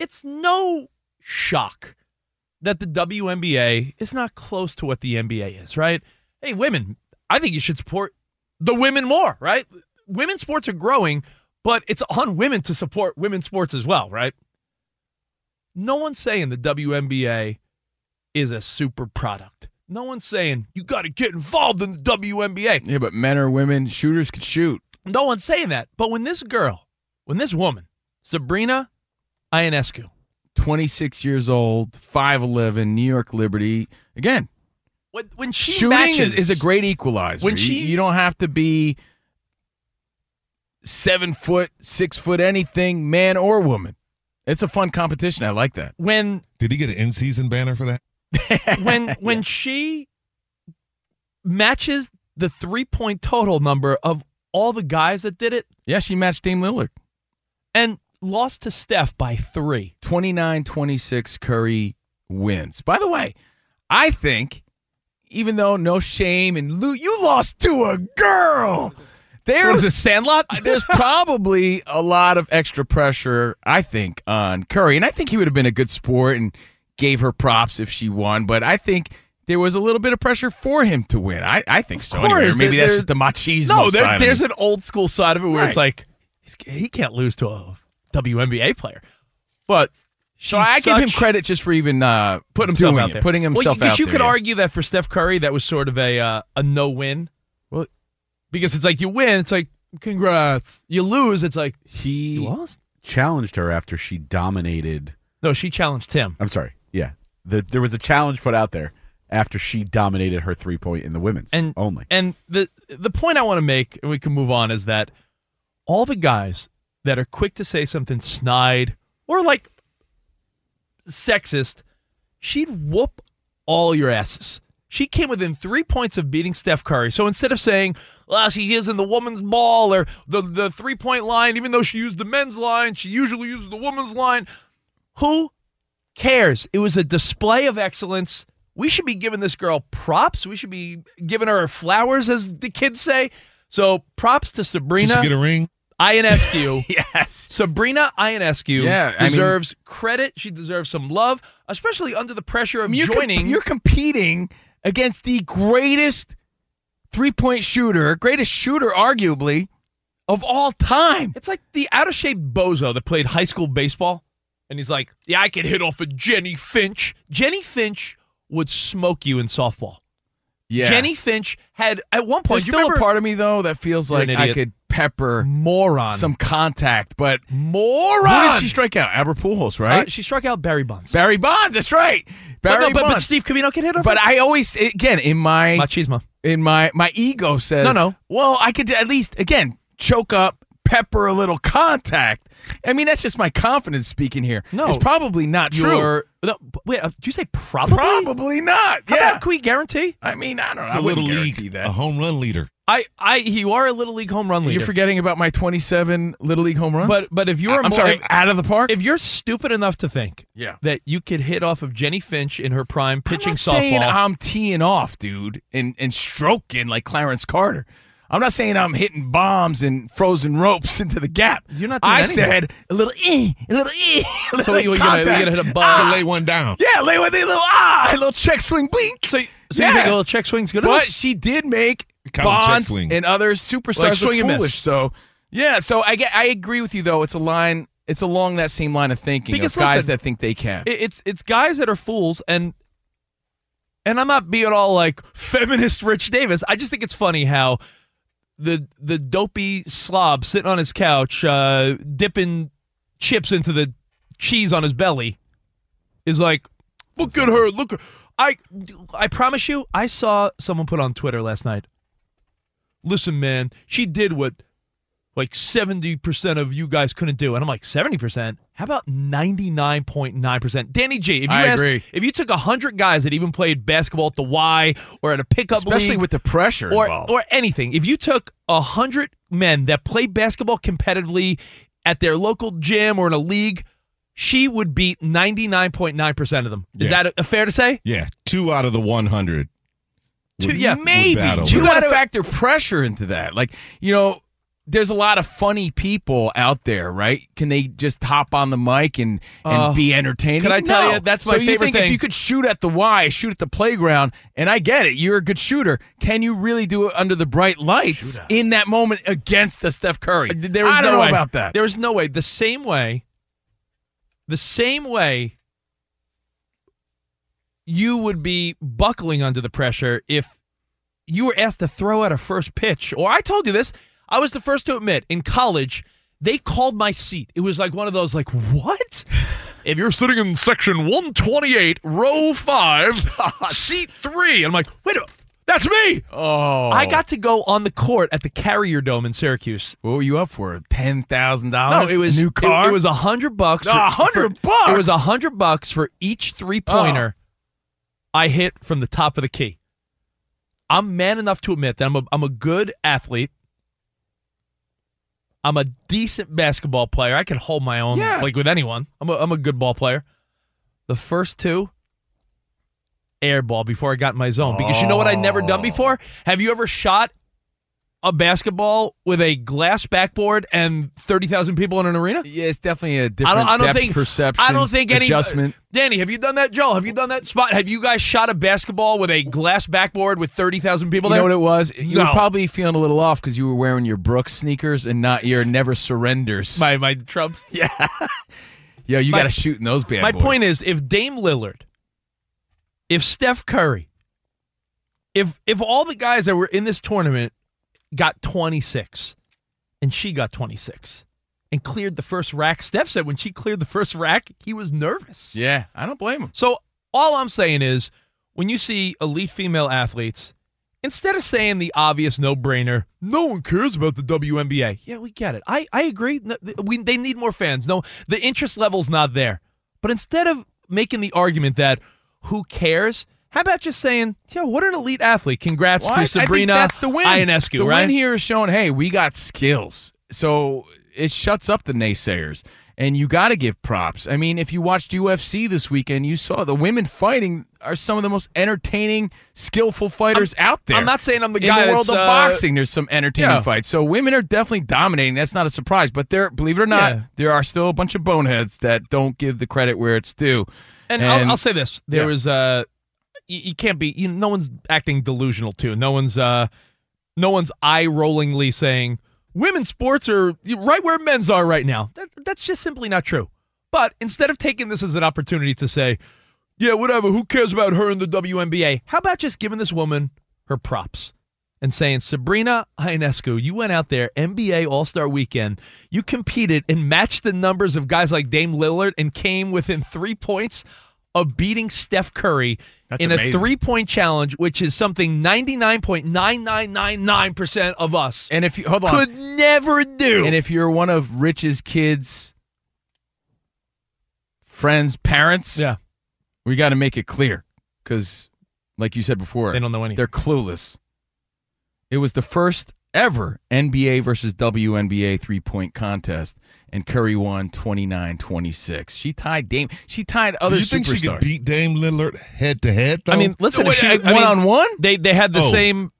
Speaker 3: it's no shock that the WNBA is not close to what the NBA is, right? Hey, women, I think you should support the women more, right? Women's sports are growing, but it's on women to support women's sports as well, right? No one's saying the WNBA is a super product. No one's saying you got to get involved in the WNBA.
Speaker 2: Yeah, but men or women, shooters could shoot.
Speaker 3: No one's saying that. But when this girl, when this woman, Sabrina Ionescu,
Speaker 2: 26 years old, 5'11, New York Liberty. Again,
Speaker 3: when, when she
Speaker 2: shooting
Speaker 3: matches,
Speaker 2: is, is a great equalizer.
Speaker 3: When
Speaker 2: You-
Speaker 3: she-
Speaker 2: you, don't have to be seven foot, six foot, anything, man or woman. It's a fun competition. I like that.
Speaker 3: [LAUGHS] When
Speaker 5: Did he get an in season banner for that?
Speaker 3: when when she matches the three point total number of all the guys that did it.
Speaker 2: Yeah, she matched Dame Lillard.
Speaker 3: And lost to Steph by three.
Speaker 2: 29 26 Curry wins. By the way, I think, even though no shame and loot, you lost to a girl. There's
Speaker 3: a sandlot.
Speaker 2: [LAUGHS] there's probably a lot of extra pressure, I think, on Curry. And I think he would have been a good sport and gave her props if she won. But I think there was a little bit of pressure for him to win. I, I think so. Anyway,
Speaker 3: course,
Speaker 2: or maybe
Speaker 3: there-
Speaker 2: that's just the machismo
Speaker 3: No, there-
Speaker 2: side of
Speaker 3: there's
Speaker 2: it.
Speaker 3: an old school side of it where it's
Speaker 2: Right.
Speaker 3: like he's, he can't lose to a WNBA player, but
Speaker 2: So I give him
Speaker 3: such-
Speaker 2: credit just for even uh,
Speaker 3: putting himself
Speaker 2: doing
Speaker 3: out
Speaker 2: it,
Speaker 3: there,
Speaker 2: putting himself
Speaker 3: well,
Speaker 2: out
Speaker 3: you
Speaker 2: there.
Speaker 3: could
Speaker 2: yeah.
Speaker 3: argue that for Steph Curry, that was sort of a uh, a no win. Well, because it's like you win, it's like congrats. You lose, it's like
Speaker 4: he
Speaker 3: lost.
Speaker 4: Challenged her after she dominated.
Speaker 3: No, she challenged him.
Speaker 4: I'm sorry. Yeah, the, there was a challenge put out there after she dominated her three point in the women's
Speaker 3: And-
Speaker 4: only.
Speaker 3: And the the point I want to make, and we can move on, is that all the guys that are quick to say something snide or like sexist, she'd whoop all your asses. She came within three points of beating Steph Curry. So instead of saying, well, she isn't the woman's ball or the, the three point line, even though she used the men's line, she usually uses the woman's line. Who cares? It was a display of excellence. We should be giving this girl props. We should be giving her flowers, as the kids say. So props to Sabrina.
Speaker 5: get a ring.
Speaker 3: Ionescu.
Speaker 2: [LAUGHS] yes.
Speaker 3: Sabrina Ionescu
Speaker 2: Yeah, I mean-
Speaker 3: deserves credit. She deserves some love, especially under the pressure of
Speaker 2: you're comp-
Speaker 3: joining.
Speaker 2: you're competing against the greatest three point shooter, greatest shooter, arguably, of all time.
Speaker 3: It's like the out of shape bozo that played high school baseball. And he's like, yeah, I can hit off of Jenny Finch. Jenny Finch would smoke you in softball.
Speaker 2: Yeah.
Speaker 3: Jenny Finch had, at one point,
Speaker 2: There's
Speaker 3: you
Speaker 2: still
Speaker 3: remember-
Speaker 2: a part of me though that feels
Speaker 3: You're
Speaker 2: like
Speaker 3: an
Speaker 2: I
Speaker 3: idiot.
Speaker 2: could pepper
Speaker 3: moron
Speaker 2: some contact, but
Speaker 3: moron.
Speaker 2: Who did she strike out? Aber Pujols, right?
Speaker 3: Uh, she struck out Barry Bonds.
Speaker 2: Barry Bonds. That's right.
Speaker 3: But
Speaker 2: Barry
Speaker 3: no, but- but
Speaker 2: Bonds.
Speaker 3: Steve Covino can hit her
Speaker 2: But
Speaker 3: from-
Speaker 2: I always again in my
Speaker 3: machismo
Speaker 2: in my my ego says
Speaker 3: No, no.
Speaker 2: Well, I could at least again choke up. Pepper a little contact. I mean, that's just my confidence speaking here.
Speaker 3: No.
Speaker 2: it's probably not true.
Speaker 3: You're- no, but wait, uh, did you say probably?
Speaker 2: Probably not.
Speaker 3: How
Speaker 2: yeah.
Speaker 3: about, can we guarantee?
Speaker 2: I mean, I don't know.
Speaker 5: It's a
Speaker 2: I wouldn't
Speaker 5: little
Speaker 2: guarantee
Speaker 5: league,
Speaker 2: that.
Speaker 5: a home run leader.
Speaker 3: I, I, you are a little league home run leader.
Speaker 2: You're forgetting about my 27 little league home runs.
Speaker 3: But but if you're
Speaker 2: I'm
Speaker 3: more-
Speaker 2: sorry,
Speaker 3: if-
Speaker 2: out of the park.
Speaker 3: if you're stupid enough to think
Speaker 2: Yeah.
Speaker 3: that you could hit off of Jenny Finch in her prime pitching
Speaker 2: I'm not saying
Speaker 3: softball,
Speaker 2: I'm teeing off, dude, and and stroking like Clarence Carter. I'm not saying I'm hitting bombs and frozen ropes [LAUGHS] into the gap. You're
Speaker 3: not doing
Speaker 2: I
Speaker 3: anything.
Speaker 2: said a little e, a little e. [LAUGHS] A little
Speaker 3: so you, you, gotta, you
Speaker 2: contact. Ah.
Speaker 3: gotta hit a
Speaker 5: To
Speaker 3: ball.
Speaker 5: lay one down.
Speaker 2: Yeah, lay with a little ah, a little check swing blink.
Speaker 3: So, so
Speaker 2: Yeah.
Speaker 3: you think a little check swing's good
Speaker 2: but
Speaker 3: enough?
Speaker 2: she did make
Speaker 5: Count check
Speaker 2: Bonds
Speaker 5: swing.
Speaker 2: and other superstars
Speaker 3: Like
Speaker 2: look
Speaker 3: swing and miss.
Speaker 2: foolish. So yeah, so I get, I agree with you though. It's a line. It's along that same line of thinking
Speaker 3: Because
Speaker 2: of guys
Speaker 3: listen,
Speaker 2: that think they can.
Speaker 3: It- It's it's guys that are fools and and I'm not being all like feminist Rich Davis. I just think it's funny how the the dopey slob sitting on his couch uh, dipping chips into the cheese on his belly is like, look at her, look. at-" I I promise you, I saw someone put on Twitter last night. Listen, man, she did what like 70% of you guys couldn't do. And I'm like, 70%? How about 99.9%? Danny G, if you
Speaker 2: I
Speaker 3: asked-
Speaker 2: agree.
Speaker 3: if you took 100 guys that even played basketball at the Y or at a pickup
Speaker 2: Especially
Speaker 3: league
Speaker 2: with the pressure
Speaker 3: or,
Speaker 2: involved.
Speaker 3: or anything, if you took 100 men that play basketball competitively at their local gym or in a league, she would beat 99.9% of them. Is
Speaker 6: Yeah.
Speaker 3: that a, fair to say?
Speaker 6: Yeah, two out of the 100.
Speaker 3: Two,
Speaker 6: would-
Speaker 3: yeah.
Speaker 6: would
Speaker 2: maybe
Speaker 6: battle
Speaker 2: you
Speaker 6: her.
Speaker 2: got to factor pressure into that. Like you know, there's a lot of funny people out there, right? Can they just hop on the mic and and
Speaker 3: Uh,
Speaker 2: be entertaining?
Speaker 3: can I tell
Speaker 2: No.
Speaker 3: you, that's my
Speaker 2: so you
Speaker 3: favorite
Speaker 2: think If
Speaker 3: thing.
Speaker 2: you could shoot at the Y, shoot at the playground, and I get it, you're a good shooter. Can you really do it under the bright lights in that moment against the Steph Curry?
Speaker 3: Uh, There is
Speaker 2: I don't
Speaker 3: no
Speaker 2: know
Speaker 3: way.
Speaker 2: about that.
Speaker 3: There is no way. The same way, the same way you would be buckling under the pressure if you were asked to throw out a first pitch. Or I told you this. I was the first to admit in college they called my seat. It was like one of those like
Speaker 2: [LAUGHS]
Speaker 3: what?
Speaker 7: If you're sitting in section 128, row five,
Speaker 2: [LAUGHS]
Speaker 7: seat three, I'm like, wait, a- that's me.
Speaker 2: Oh.
Speaker 3: I got to go on the court at the Carrier Dome in Syracuse.
Speaker 2: What were you up for? Ten thousand
Speaker 3: No,
Speaker 2: dollars?
Speaker 3: it was
Speaker 2: new car.
Speaker 3: It, it was a hundred bucks.
Speaker 2: No,
Speaker 3: for-
Speaker 2: a hundred
Speaker 3: for-
Speaker 2: bucks?
Speaker 3: It was a hundred bucks for each three
Speaker 2: Oh.
Speaker 3: pointer I hit from the top of the key. I'm man enough to admit that I'm a I'm a good athlete. I'm a decent basketball player. I can hold my own
Speaker 2: Yeah.
Speaker 3: like with anyone. I'm a I'm a good ball player. The first two air ball before I got in my zone. Because you know what I'd never
Speaker 2: Oh.
Speaker 3: done before? Have you ever shot a basketball with a glass backboard and 30,000 people in an arena?
Speaker 2: Yeah, it's definitely a different
Speaker 3: I don't, I don't
Speaker 2: depth
Speaker 3: think
Speaker 2: perception.
Speaker 3: I don't think any
Speaker 2: adjustment.
Speaker 3: Danny, have you done that? Joel, have you done that spot? Have you guys shot a basketball with a glass backboard with thirty thousand people
Speaker 2: you
Speaker 3: there?
Speaker 2: know what it was? You
Speaker 3: no.
Speaker 2: were probably feeling a little off because you were wearing your Brooks sneakers and not your Never Surrenders.
Speaker 3: my
Speaker 2: [LAUGHS]
Speaker 3: my Trumps. Yeah.
Speaker 2: Yo, you
Speaker 3: my-
Speaker 2: got to shoot in those bad
Speaker 3: My
Speaker 2: boys.
Speaker 3: point is, if Dame Lillard, if Steph Curry, if if all the guys that were in this tournament got twenty six, and she got twenty six, and cleared the first rack, Steph said when she cleared the first rack, he was nervous.
Speaker 2: Yeah, I don't blame him.
Speaker 3: So all I'm saying is, when you see elite female athletes, instead of saying the obvious no-brainer, no one cares about the WNBA. Yeah, we get it. I I agree. No, th- We, they need more fans. No, the interest level's not there. But instead of making the argument that who cares, how about just saying, yo, what an elite athlete! Congrats
Speaker 2: Well, I- I
Speaker 3: to
Speaker 2: think
Speaker 3: Sabrina
Speaker 2: that's the win.
Speaker 3: Ionescu,
Speaker 2: the
Speaker 3: right?
Speaker 2: win here is showing, hey, we got skills. So it shuts up the naysayers, and you got to give props. I mean, if you watched UFC this weekend, you saw the women fighting are some of the most entertaining, skillful fighters out there.
Speaker 3: I'm not saying I'm the
Speaker 2: In
Speaker 3: guy
Speaker 2: the world
Speaker 3: that's,
Speaker 2: of
Speaker 3: uh,
Speaker 2: boxing. There's some entertaining
Speaker 3: Yeah.
Speaker 2: fights. So women are definitely dominating. That's not a surprise. But there, believe it or not,
Speaker 3: Yeah.
Speaker 2: there are still a bunch of boneheads that don't give the credit where it's due.
Speaker 3: And, I'll, I'll say this: there
Speaker 2: Yeah.
Speaker 3: was uh, you, you can't be. You, no one's acting delusional too. No one's uh, no one's eye rollingly saying women's sports are right where men's are right now. That, that's just simply not true. But instead of taking this as an opportunity to say, yeah, whatever, who cares about her in the WNBA? How about just giving this woman her props and saying, Sabrina Ionescu, you went out there, NBA All Star weekend, you competed and matched the numbers of guys like Dame Lillard and came within three points of beating Steph Curry
Speaker 2: That's
Speaker 3: in a
Speaker 2: amazing.
Speaker 3: three point challenge, which is something 99.9999% of us
Speaker 2: And if you hold on,
Speaker 3: could never do.
Speaker 2: And if you're one of Rich's kids' friends, parents,
Speaker 3: Yeah.
Speaker 2: we got to make it clear because, like you said before,
Speaker 3: They don't know anything.
Speaker 2: They're clueless. It was the first ever NBA versus WNBA three point contest, and Curry won 29 26. She tied Dame. She tied other
Speaker 5: Do you think
Speaker 2: superstars.
Speaker 5: she could beat Dame Lillard head to head?
Speaker 3: I mean, listen, if she- I mean,
Speaker 2: one on one?
Speaker 3: They they had the same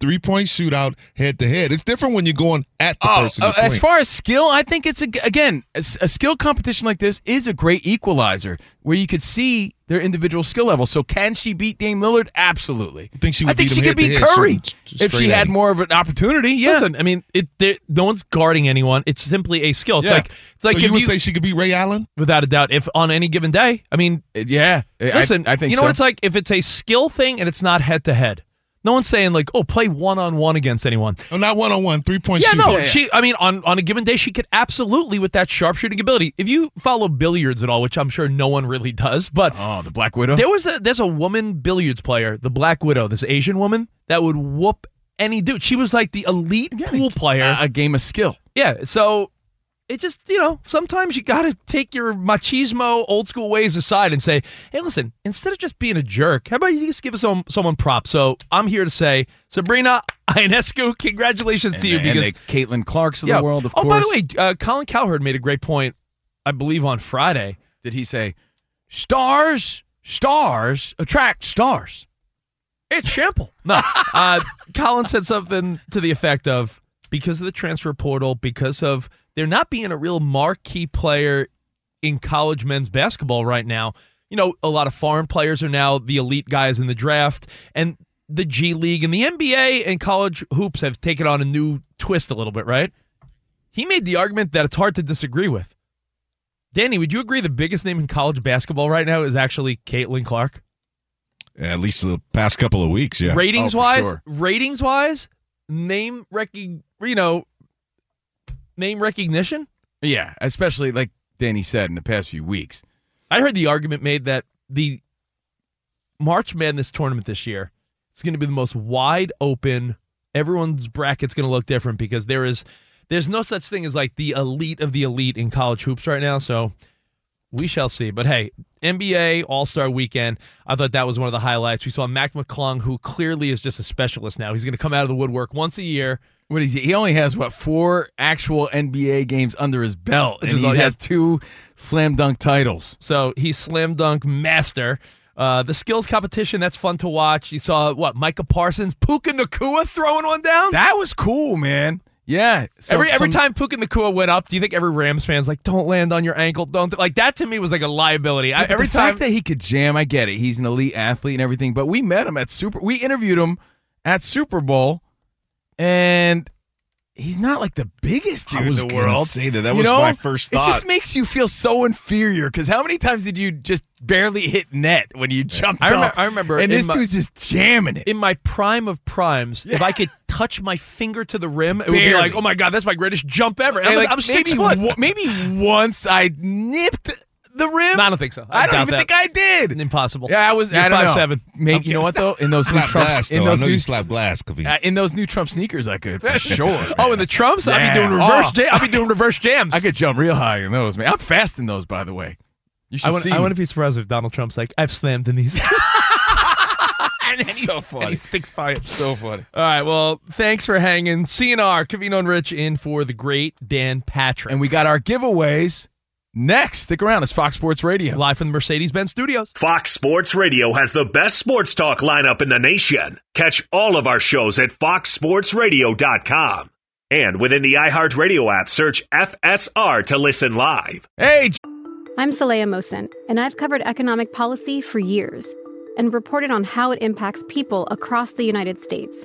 Speaker 5: three point shootout head to head. It's different when you're going at the person.
Speaker 2: Uh,
Speaker 5: to
Speaker 2: as
Speaker 5: point.
Speaker 2: far as skill, I think it's a, again a, s- a skill competition like this is a great equalizer where you could see their individual skill level. So can she beat Dame Lillard? Absolutely.
Speaker 5: think she
Speaker 2: I
Speaker 5: would
Speaker 2: think
Speaker 5: beat
Speaker 2: she
Speaker 5: him
Speaker 2: could beat
Speaker 5: head-to-head,
Speaker 2: Curry
Speaker 5: shooting s-
Speaker 2: if she
Speaker 5: straight at
Speaker 2: had
Speaker 5: him.
Speaker 2: more of an opportunity. Yeah.
Speaker 3: Listen, I mean, it there, no one's guarding anyone. It's simply a skill. It's
Speaker 2: Yeah.
Speaker 3: like it's like
Speaker 5: So
Speaker 3: if
Speaker 5: you would say she could beat Ray Allen,
Speaker 3: without a doubt. If on any given day, I mean,
Speaker 2: Uh, yeah. I-
Speaker 3: Listen,
Speaker 2: I think
Speaker 3: you know
Speaker 2: so.
Speaker 3: what it's like if it's a skill thing and it's not head to head. No one's saying like, oh, play one on one against anyone.
Speaker 5: Oh, not one on one, three point
Speaker 3: Yeah,
Speaker 5: shootout.
Speaker 3: no, she. I mean, on on a given day, she could absolutely with that sharpshooting ability. If you follow billiards at all, which I'm sure no one really does, but
Speaker 2: oh, the Black Widow.
Speaker 3: There was a there's a woman billiards player, the Black Widow, this Asian woman that would whoop any dude. She was like the elite pool player.
Speaker 2: a game of skill.
Speaker 3: Yeah, so it just you know sometimes you got to take your machismo, old school ways aside and say, hey, listen, instead of just being a jerk, how about you just give some, someone props? So I'm here to say, Sabrina [LAUGHS] Ionescu, congratulations to you
Speaker 2: and
Speaker 3: because
Speaker 2: the Caitlin Clarks of the world, of
Speaker 3: oh,
Speaker 2: course.
Speaker 3: by the way, uh, Colin Cowherd made a great point, I believe, on Friday.
Speaker 2: Did he say, stars, stars attract stars?
Speaker 3: It's Shample. No, uh, Colin said something to the effect of because of the transfer portal, because of there not being a real marquee player in college men's basketball right now. You know, a lot of foreign players are now the elite guys in the draft, and the G League and the NBA and college hoops have taken on a new twist a little bit, right? He made the argument that it's hard to disagree with. Danny, would you agree the biggest name in college basketball right now is actually Caitlin Clark?
Speaker 6: At least the past couple of weeks, yeah.
Speaker 3: Ratings wise, ratings wise, name rec, you know, name recognition.
Speaker 2: Yeah, especially like Danny said in the past few weeks.
Speaker 3: I heard the argument made that the March Madness tournament this year is going to be the most wide open. Everyone's bracket's going to look different because there is there's no such thing as like the elite of the elite in college hoops right now. So we shall see. But hey, NBA All Star Weekend, I thought that was one of the highlights. We saw Mac McClung, who clearly is just a specialist now. He's going to come out of the woodwork once a year.
Speaker 2: What is he? He only has what four actual NBA games under his belt, and
Speaker 3: Just
Speaker 2: he
Speaker 3: all- yeah.
Speaker 2: has two slam dunk titles.
Speaker 3: So he's slam dunk master. Uh, the skills competition, that's fun to watch. You saw what Micah Parsons, Puka Nakua throwing one down.
Speaker 2: That was cool, man. Yeah. so-
Speaker 3: every every
Speaker 2: some-
Speaker 3: time Puka Nakua went up, do you think every Rams fan's like, "Don't land on your ankle"? Don't th-" like that to me was like a liability. I,
Speaker 2: But
Speaker 3: every
Speaker 2: the
Speaker 3: time
Speaker 2: fact that he could jam, I get it. He's an elite athlete and everything. But we met him at Super. We interviewed him at Super Bowl, and he's not like the biggest dude
Speaker 6: I was
Speaker 2: in the
Speaker 6: gonna
Speaker 2: world.
Speaker 6: say that. That
Speaker 2: You
Speaker 6: was
Speaker 2: know?
Speaker 6: my first
Speaker 2: It just
Speaker 6: thought.
Speaker 2: makes you feel so inferior because how many times did you just barely hit net when you jumped
Speaker 3: I, remem-
Speaker 2: up?
Speaker 3: I remember,
Speaker 2: and
Speaker 3: in
Speaker 2: this
Speaker 3: my-
Speaker 2: dude's just jamming it.
Speaker 3: In my prime of primes, if I could touch my finger to the rim, it would be
Speaker 2: Barely.
Speaker 3: like, "Oh my god, that's my greatest jump ever!" And
Speaker 2: And,
Speaker 3: I'm,
Speaker 2: like,
Speaker 3: I'm six
Speaker 2: maybe
Speaker 3: foot.
Speaker 2: wo- maybe once I nipped the rim.
Speaker 3: No, I don't think so. I,
Speaker 2: I, don't
Speaker 3: doubt
Speaker 2: even
Speaker 3: that.
Speaker 2: think I did.
Speaker 3: Impossible.
Speaker 2: Yeah, I was.
Speaker 3: You're
Speaker 2: I don't
Speaker 3: five
Speaker 2: know.
Speaker 3: seven.
Speaker 2: Make- you know what though?
Speaker 6: [LAUGHS]
Speaker 2: In those new
Speaker 3: Slap
Speaker 2: Trump,
Speaker 3: glass,
Speaker 2: in
Speaker 3: though. I
Speaker 2: those
Speaker 3: know
Speaker 2: new
Speaker 3: you
Speaker 6: slap glass, Kavita.
Speaker 3: Uh,
Speaker 2: in those new Trump sneakers, I could for [LAUGHS] sure.
Speaker 3: [LAUGHS] oh, in the Trumps, I'd
Speaker 2: Yeah.
Speaker 3: be doing reverse.
Speaker 2: Oh.
Speaker 3: jam. I'd be doing reverse jams.
Speaker 2: [LAUGHS] I could jump real high in those, man. I'm fast in those, by the way. You should
Speaker 3: I,
Speaker 2: see.
Speaker 3: I
Speaker 2: me. [LAUGHS]
Speaker 3: wouldn't be surprised if Donald Trump's like, I've slammed in these. [LAUGHS] and
Speaker 2: so funny.
Speaker 3: he sticks by it.
Speaker 2: So funny.
Speaker 3: All right. Well, thanks for hanging. CNR, Cavino and Rich in for the great Dan Patrick.
Speaker 2: And we got our giveaways next. Stick around. It's Fox Sports Radio.
Speaker 3: Live from the Mercedes Benz Studios.
Speaker 1: Fox Sports Radio has the best sports talk lineup in the nation. Catch all of our shows at foxsportsradio.com. And within the iHeartRadio app, search FSR to listen live.
Speaker 2: Hey,
Speaker 8: I'm Saleya Mosin, and I've covered economic policy for years and reported on how it impacts people across the United States.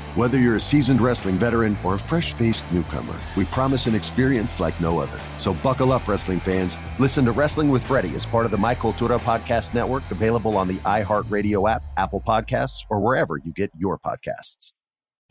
Speaker 9: Whether you're a seasoned wrestling veteran or a fresh faced newcomer, we promise an experience like no other. So buckle up, wrestling fans. Listen to Wrestling with Freddie as part of the My Cultura Podcast Network, available on the iHeartRadio app, Apple Podcasts, or wherever you get your podcasts.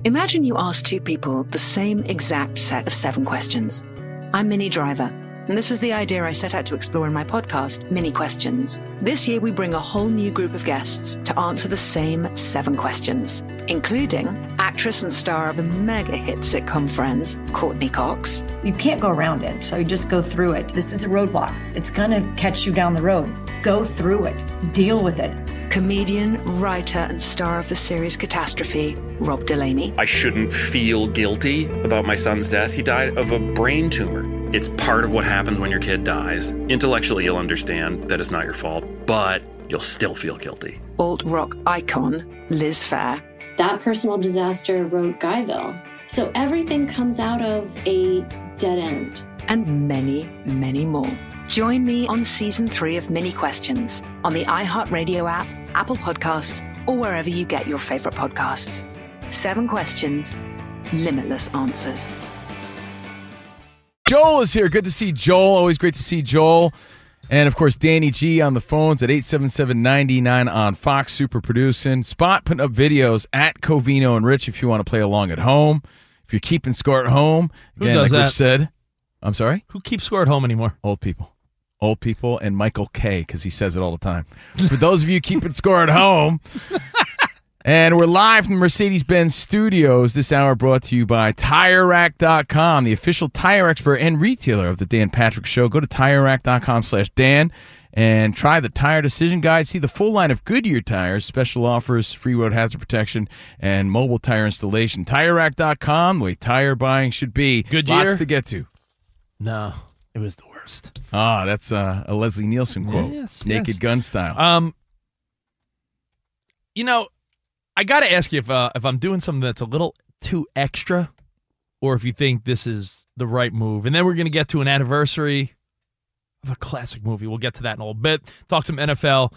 Speaker 10: Imagine you ask two people the same exact set of seven questions. I'm Minnie Driver, and this was the idea I set out to explore in my podcast, Mini Questions. This year, we bring a whole new group of guests to answer the same seven questions, including actress and star of the mega hit sitcom Friends, Courtney Cox.
Speaker 12: You can't go around it, so you just go through it. This is a roadblock. It's going to catch you down the road. Go through it, deal with it.
Speaker 10: Comedian, writer, and star of the series Catastrophe, Rob Delaney.
Speaker 13: I shouldn't feel guilty about my son's death. He died of a brain tumor. It's part of what happens when your kid dies. Intellectually, you'll understand that it's not your fault, but you'll still feel guilty.
Speaker 10: alt rock icon Liz Fair.
Speaker 14: That personal disaster wrote Guyville. So everything comes out of a dead end.
Speaker 10: and many, many more. Join me on season three of Mini Questions on the iHeartRadio app, Apple Podcasts, or wherever you get your favorite podcasts. Seven questions, limitless answers.
Speaker 2: Joel is here. Good to see Joel. Always great to see Joel. And of course, Danny G on the phones at 877-99 on Fox Super Producing. Spot putting up videos at Covino and Rich if you want to play along at home. If you're keeping score at home,
Speaker 3: Who
Speaker 2: again,
Speaker 3: does
Speaker 2: like
Speaker 3: that?
Speaker 2: Rich said. I'm sorry?
Speaker 3: Who keeps score at home anymore?
Speaker 2: Old people. Old people and Michael K, because he says it all the time. For those of you keeping score at home, And we're live from Mercedes Benz Studios this hour, brought to you by TireRack.com, the official tire expert and retailer of the Dan Patrick Show. Go to TireRack.com slash Dan and try the tire decision guide. See the full line of Goodyear tires, special offers, free road hazard protection, and mobile tire installation. TireRack.com, the way tire buying should be. Goodyear. Lots to get to.
Speaker 3: No, it was the worst.
Speaker 2: Ah, that's uh, a Leslie Nielsen quote.
Speaker 3: Yes,
Speaker 2: Naked
Speaker 3: yes.
Speaker 2: gun style.
Speaker 3: Um, you know, I got to ask you if uh, if I'm doing something that's a little too extra, or if you think this is the right move. And then we're gonna get to an anniversary of a classic movie. We'll get to that in a little bit. Talk some NFL,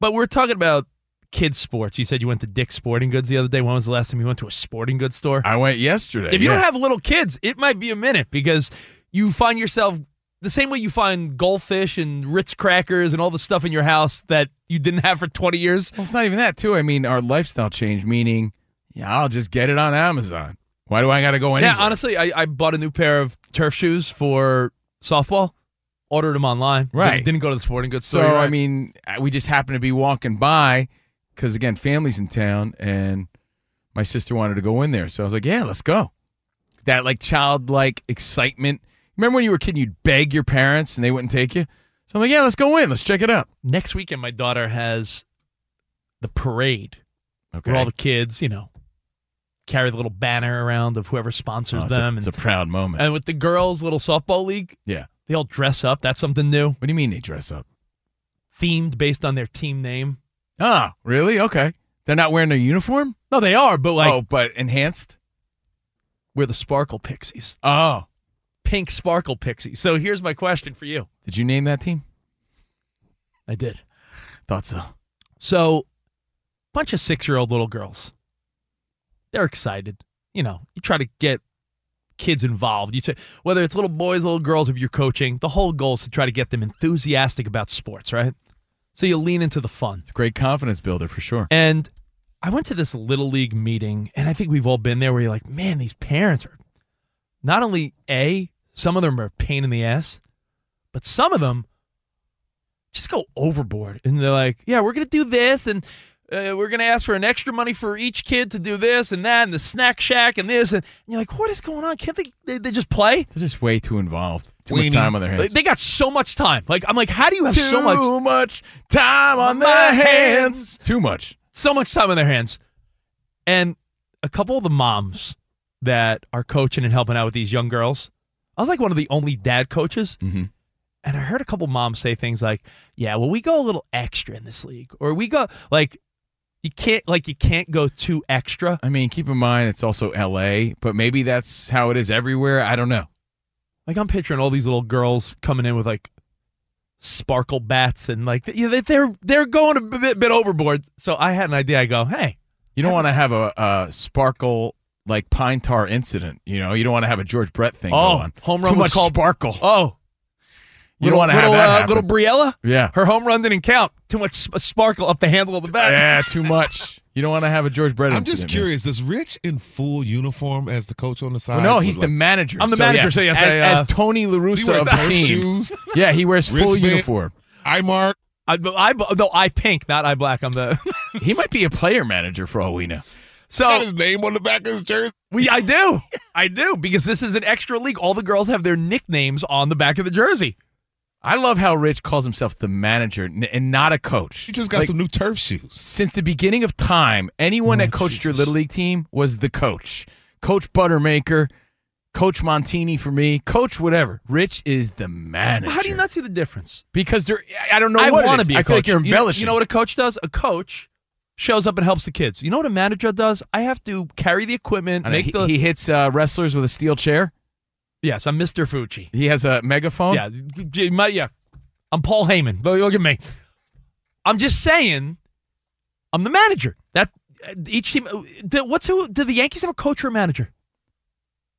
Speaker 3: but we're talking about kids sports. You said you went to Dick's Sporting Goods the other day. When was the last time you went to a sporting goods store?
Speaker 2: I went yesterday.
Speaker 3: If you
Speaker 2: yeah.
Speaker 3: don't have little kids, it might be a minute because you find yourself the same way you find goldfish and Ritz crackers and all the stuff in your house that you didn't have for 20 years.
Speaker 2: Well, it's not even that, too. I mean, our lifestyle change, meaning, yeah, I'll just get it on Amazon. Why do I got to go anywhere?
Speaker 3: Yeah, uh, honestly, I, I bought a new pair of turf shoes for softball, ordered them online.
Speaker 2: Right.
Speaker 3: Didn't, didn't go to the sporting goods
Speaker 2: so,
Speaker 3: store. you're
Speaker 2: I
Speaker 3: right.
Speaker 2: mean, I- we just happened to be walking by because, again, family's in town, and my sister wanted to go in there. So I was like, yeah, let's go. That, like, childlike excitement. Remember when you were a kid and you'd beg your parents and they wouldn't take you? So I'm like, yeah, let's go in. Let's check it out.
Speaker 3: next weekend, my daughter has the parade where all the kids, you know, carry the little banner around of whoever sponsors
Speaker 2: Oh, it's,
Speaker 3: them.
Speaker 2: a, it's
Speaker 3: and,
Speaker 2: a proud moment.
Speaker 3: and with the girls' little softball league,
Speaker 2: yeah.
Speaker 3: They all dress up. That's something new. What
Speaker 2: do you mean they dress up?
Speaker 3: Themed based on their team name.
Speaker 2: Ah, really? Okay. They're not wearing their uniform?
Speaker 3: No, they are, but like.
Speaker 2: Oh, but enhanced?
Speaker 3: We're the Sparkle Pixies.
Speaker 2: Oh.
Speaker 3: Pink Sparkle Pixies. So here's my question for you.
Speaker 2: Did you name that team?
Speaker 3: I did.
Speaker 2: Thought so.
Speaker 3: So, bunch of six year old little girls. They're excited. You know, you try to get kids involved. You try, whether it's little boys, little girls, if you're coaching, the whole goal is to try to get them enthusiastic about sports, right? So you lean into the fun. It's
Speaker 2: a great confidence builder for sure.
Speaker 3: And I went to this little league meeting, and I think we've all been there where you're like, man, these parents are not only A, some of them are a pain in the ass, but some of them just go overboard and they're like, yeah, we're going to do this and uh, we're going to ask for an extra money for each kid to do this and that and the snack shack and this. And, and you're like, what is going on? Can't they, they, they just play?
Speaker 2: They're just way too involved. Too much time on their hands.
Speaker 3: Like, They got so much time. Like, I'm like, how do you have so
Speaker 2: Too
Speaker 3: much?
Speaker 2: much time on their hands. Too much.
Speaker 3: So much time on their hands. And a couple of the moms that are coaching and helping out with these young girls, I was like one of the only dad coaches.
Speaker 2: Mm-hmm.
Speaker 3: And I heard a couple moms say things like, "Yeah, well, we go a little extra in this league, or we go like you can't like you can't go too extra."
Speaker 2: I mean, keep in mind it's also LA, but maybe that's how it is everywhere. I don't know.
Speaker 3: Like I'm picturing all these little girls coming in with like sparkle bats and like you know, they- they're they're going a bit, bit overboard. So I had an idea. I go, "Hey,
Speaker 2: You don't want to have a, a sparkle like pine tar incident. You know, you don't want to have a George Brett thing
Speaker 3: oh,
Speaker 2: go on.
Speaker 3: home run
Speaker 2: Too
Speaker 3: was
Speaker 2: much
Speaker 3: called
Speaker 2: sparkle.
Speaker 3: Oh,
Speaker 2: You don't wanna have
Speaker 3: little,
Speaker 2: that
Speaker 3: uh,
Speaker 2: happen.
Speaker 3: little Briella.
Speaker 2: Yeah.
Speaker 3: her home run didn't count. Too much sp- sparkle up the handle of the bat.
Speaker 2: Yeah, too much. You don't want to have a George Brett
Speaker 5: I'm
Speaker 2: incident.
Speaker 5: just curious. Does Rich in full uniform as the coach on the side?
Speaker 2: Well, no,
Speaker 5: Or,
Speaker 2: he's the
Speaker 5: like-
Speaker 2: manager. as,
Speaker 3: uh,
Speaker 2: as Tony
Speaker 5: He wears
Speaker 2: LaRusso of the
Speaker 5: dark
Speaker 2: team.
Speaker 5: shoes.
Speaker 2: [LAUGHS] Yeah, he wears full
Speaker 3: Wristband.
Speaker 2: uniform.
Speaker 5: I mark.
Speaker 3: I, I no, I pink, not I black. I'm the. [LAUGHS]
Speaker 2: he might be a player manager for all we know.
Speaker 3: So
Speaker 5: Got his name on the back of his jersey.
Speaker 3: We, I do, I do, because this is an extra league. All the girls have their nicknames on the back of the jersey.
Speaker 2: I love how Rich calls himself the manager n- and not a coach. He
Speaker 5: just got some new turf shoes.
Speaker 2: Since the beginning of time, anyone
Speaker 3: Oh,
Speaker 2: that coached your little league team was the coach. Coach Buttermaker, Coach Montini for me, Coach whatever. Rich is the manager.
Speaker 3: How do you not see the difference?
Speaker 2: Because there, I don't know
Speaker 3: I
Speaker 2: what it
Speaker 3: wanna
Speaker 2: is.
Speaker 3: be. a
Speaker 2: I feel like
Speaker 3: coach.
Speaker 2: you're
Speaker 3: You know-
Speaker 2: embellishing.
Speaker 3: You know, what a coach does? A coach shows up and helps the kids. You know what a manager does? I have to carry the equipment.
Speaker 2: I know,
Speaker 3: make
Speaker 2: he,
Speaker 3: the
Speaker 2: he hits uh, wrestlers with a steel chair.
Speaker 3: Yes, I'm Mr. Fucci.
Speaker 2: He has a megaphone.
Speaker 3: Yeah, j- my- yeah. I'm Paul Heyman. Look, look at me. I'm just saying, I'm the manager. That each team. Do, what's who? Do the Yankees have a coach or a manager?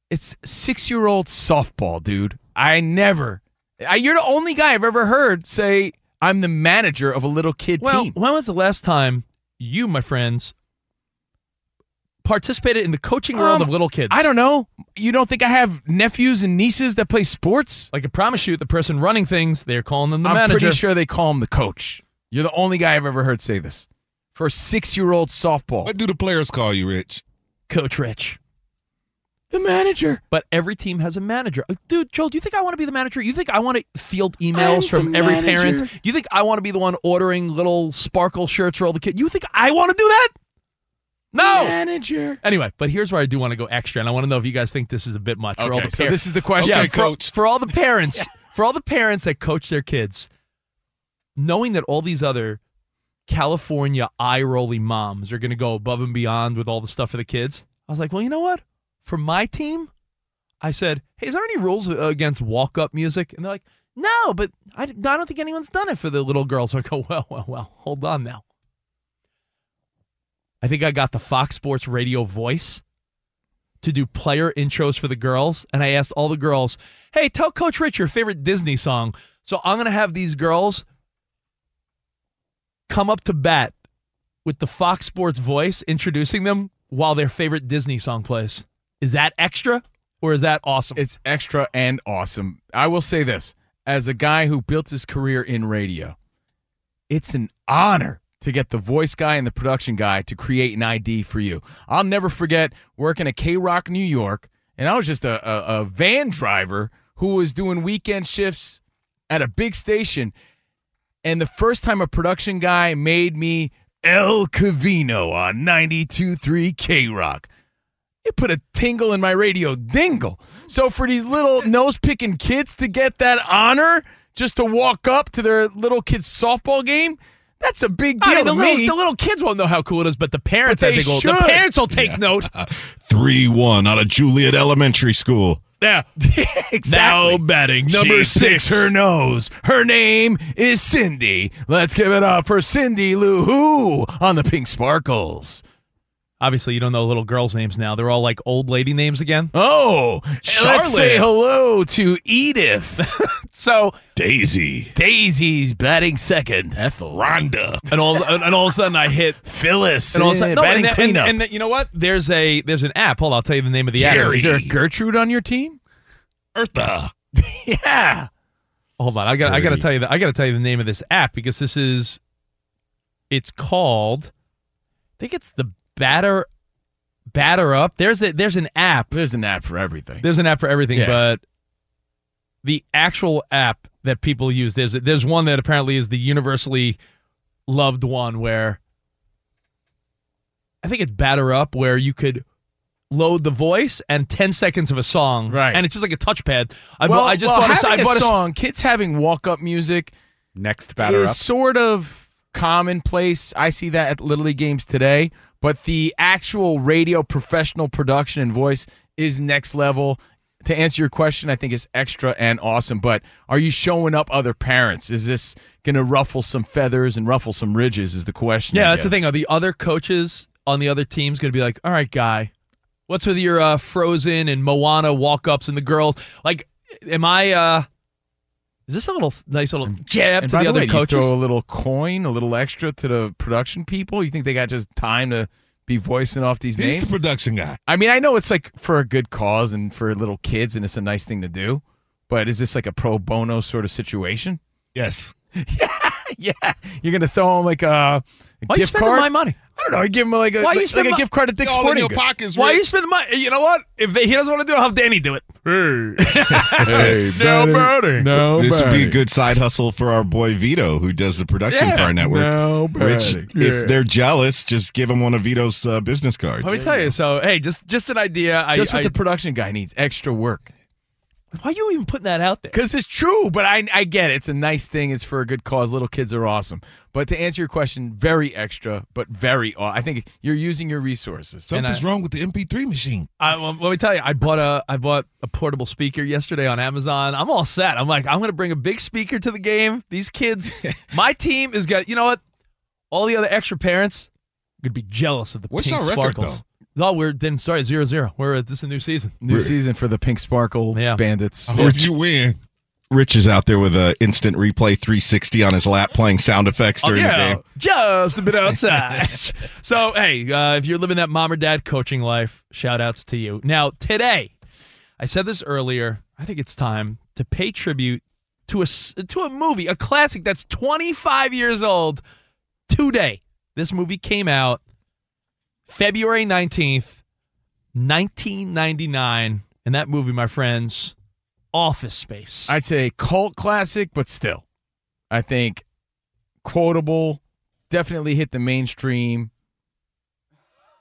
Speaker 2: It's six year old softball, dude. I never. I, you're the only guy I've ever heard say I'm the manager of a little kid
Speaker 3: well,
Speaker 2: team.
Speaker 3: when was the last time you, my friends, participated in the coaching world
Speaker 2: Um,
Speaker 3: of little kids?
Speaker 2: I don't know. You don't think I have nephews and nieces that play sports?
Speaker 3: Like I promise you, the person running things, they're calling them the
Speaker 2: I'm
Speaker 3: manager.
Speaker 2: pretty sure they call him the coach. You're the only guy I've ever heard say this for a six year old softball.
Speaker 5: What do the players call you, Rich?
Speaker 3: Coach Rich.
Speaker 2: The manager.
Speaker 3: But every team has a manager. Uh, Dude, Joel, do you think I want to be the manager? You think I want to field emails
Speaker 2: I'm
Speaker 3: from
Speaker 2: the
Speaker 3: every
Speaker 2: manager.
Speaker 3: parent? You think I want to be the one ordering little sparkle shirts for all the kids? You think I want to do that? No.
Speaker 2: Manager.
Speaker 3: Anyway, but here's where I do want to go extra, and I want to know if you guys think this is a bit much. for all
Speaker 2: Okay,
Speaker 3: the
Speaker 2: so
Speaker 3: par-
Speaker 2: this is the question.
Speaker 3: Yeah,
Speaker 2: Okay,
Speaker 3: for, for all
Speaker 2: [LAUGHS]
Speaker 3: the parents, for all the parents that coach their kids, knowing that all these other California eye rolling moms are going to go above and beyond with all the stuff for the kids, I was like, well, you know what? For my team, I said, hey, is there any rules uh, against walk up music? And they're like, no, but I, I don't think anyone's done it for the little girls. [LAUGHS] So I go, well, well, well, hold on now. I think I got the Fox Sports radio voice to do player intros for the girls. And I asked all the girls, hey, tell Coach Rich your favorite Disney song. So I'm going to have these girls come up to bat with the Fox Sports voice introducing them while their favorite Disney song plays. Is that extra or is that awesome?
Speaker 2: It's extra and awesome. I will say this as a guy who built his career in radio, it's an honor to get the voice guy and the production guy to create an ID for you. I'll never forget working at K Rock New York, and I was just a, a, a van driver who was doing weekend shifts at a big station. And the first time a production guy made me El Cavino on 92.3 K Rock, it put a tingle in my radio dingle. So for these little nose picking kids to get that honor just to walk up to their little kids' softball game, that's a big deal.
Speaker 3: I mean, the,
Speaker 2: to
Speaker 3: little,
Speaker 2: me.
Speaker 3: the little kids won't know how cool it is, but the parents,
Speaker 2: But
Speaker 3: I
Speaker 2: they
Speaker 3: think, will, the
Speaker 2: should.
Speaker 3: parents will take note.
Speaker 6: Three one out of Juliet Elementary School.
Speaker 3: [LAUGHS] Yeah,
Speaker 2: exactly.
Speaker 3: Now batting
Speaker 2: number
Speaker 3: she
Speaker 2: six,
Speaker 3: picks-
Speaker 2: her nose. Her name is Cindy. Let's give it up for Cindy Lou Who on the Pink Sparkles.
Speaker 3: Obviously, you don't know little girls' names now. They're all like old lady names again.
Speaker 2: Oh,
Speaker 3: Charlotte.
Speaker 2: Let's say hello to
Speaker 3: [LAUGHS]
Speaker 2: Edith.
Speaker 3: so
Speaker 6: Daisy.
Speaker 2: Daisy's batting second. Ethel.
Speaker 6: Rhonda.
Speaker 3: And all and all of a sudden I hit
Speaker 2: Phyllis.
Speaker 3: And all of a
Speaker 2: Yeah,
Speaker 3: sudden, no,
Speaker 2: batting
Speaker 3: and, the- and,
Speaker 2: eh, cleanup.
Speaker 3: and the- you know what? There's a there's an app. Hold on, I'll tell you the name of the app.
Speaker 2: Is there a Gertrude on your team?
Speaker 6: Eartha.
Speaker 2: yeah.
Speaker 3: Hold on, I got I got to
Speaker 2: Gertie.
Speaker 3: tell you that I got to tell you the name of this app because this is it's called I think it's the batter batter up. There's a, there's an app.
Speaker 2: There's an app for everything.
Speaker 3: There's an app for everything,
Speaker 2: Yeah.
Speaker 3: but the actual app that people use there's there's one that apparently is the universally loved one where I think it's batter up where you could load the voice and 10 seconds of a song right and it's just like a touchpad i,
Speaker 2: well,
Speaker 3: bought, I just
Speaker 2: well,
Speaker 3: bought a,
Speaker 2: having
Speaker 3: I bought a
Speaker 2: song. Kids having walk-up music
Speaker 4: Next batter
Speaker 2: is
Speaker 4: up.
Speaker 2: sort of commonplace. I see that at Little League games today, but the actual radio professional production and voice is next level. To answer your question, I think it's extra and awesome. But are you showing up other parents? Is this going to ruffle some feathers and ruffle some ridges? Is the question? I
Speaker 3: Yeah, that's the
Speaker 2: guess.
Speaker 3: thing. Are the other coaches on the other teams going to be like, all right, guy, what's with your uh, Frozen and Moana walk ups and the girls? Like, am I, uh, is this a little nice little jab
Speaker 2: And
Speaker 3: to
Speaker 2: by
Speaker 3: the,
Speaker 2: the
Speaker 3: other
Speaker 2: way, you
Speaker 3: coaches?
Speaker 2: throw a little coin, a little extra to the production people. You think they got just time to be voicing off these
Speaker 6: He's
Speaker 2: names?
Speaker 6: the production guy.
Speaker 2: I mean, I know it's like for a good cause and for little kids, and it's a nice thing to do. But is this like a pro bono sort of situation?
Speaker 6: Yes.
Speaker 2: yeah, yeah. You're gonna throw them like a, a
Speaker 3: Why are you
Speaker 2: gift
Speaker 3: spending
Speaker 2: card.
Speaker 3: my money?
Speaker 2: I don't know. I give them like a
Speaker 3: Why are you
Speaker 2: like, like
Speaker 3: spending
Speaker 2: a
Speaker 3: my-
Speaker 2: gift card at Dick's
Speaker 3: All in
Speaker 2: Sporting
Speaker 3: your
Speaker 2: Goods.
Speaker 3: pockets, Why are you Rich. spending my? You know what? If they, he doesn't want to do it, I'll have Danny do it. [LAUGHS]
Speaker 6: Hey,
Speaker 3: no birdie.
Speaker 6: This would be a
Speaker 3: birdie.
Speaker 6: good side hustle for our boy Vito, who does the production
Speaker 3: Yeah.
Speaker 6: for our network.
Speaker 3: No
Speaker 6: Which,
Speaker 3: birdie. Yeah.
Speaker 6: if they're jealous, just give them one of Vito's uh, business cards.
Speaker 3: Let me tell you. So, hey, just just an idea.
Speaker 2: Just
Speaker 3: I,
Speaker 2: what
Speaker 3: I,
Speaker 2: the production guy needs extra work.
Speaker 3: Why are you even putting that out there?
Speaker 2: Because it's true, but I, I get it. It's a nice thing. It's for a good cause. Little kids are awesome. But to answer your question, very extra, but very. Aw- I think you're using your resources.
Speaker 3: Something's
Speaker 5: wrong with the MP3 machine.
Speaker 3: I, well, let me tell you, I bought a I bought a portable speaker yesterday on Amazon. I'm all set. I'm like, I'm gonna bring a big speaker to the game.
Speaker 5: [LAUGHS]
Speaker 3: These kids, my team is got. You know what? All the other extra parents gonna be jealous of the
Speaker 5: What's
Speaker 3: pink
Speaker 5: our record,
Speaker 3: sparkles. Oh, we're then sorry zero zero. We're this is a new season.
Speaker 2: New season for the Pink Sparkle Bandits.
Speaker 5: win.
Speaker 6: Rich is out there with a instant replay 360 on his lap playing sound effects
Speaker 2: Oh,
Speaker 6: during the game.
Speaker 3: Just a bit outside. so, hey, uh, if you're living that mom or dad coaching life, shout outs to you. Now, today, I said this earlier. I think it's time to pay tribute to a, s- to a movie, a classic that's 25 years old today. This movie came out February 19th, 1999. And that movie, my friends, Office Space.
Speaker 2: I'd say cult classic, but still, I think quotable. Definitely hit the mainstream.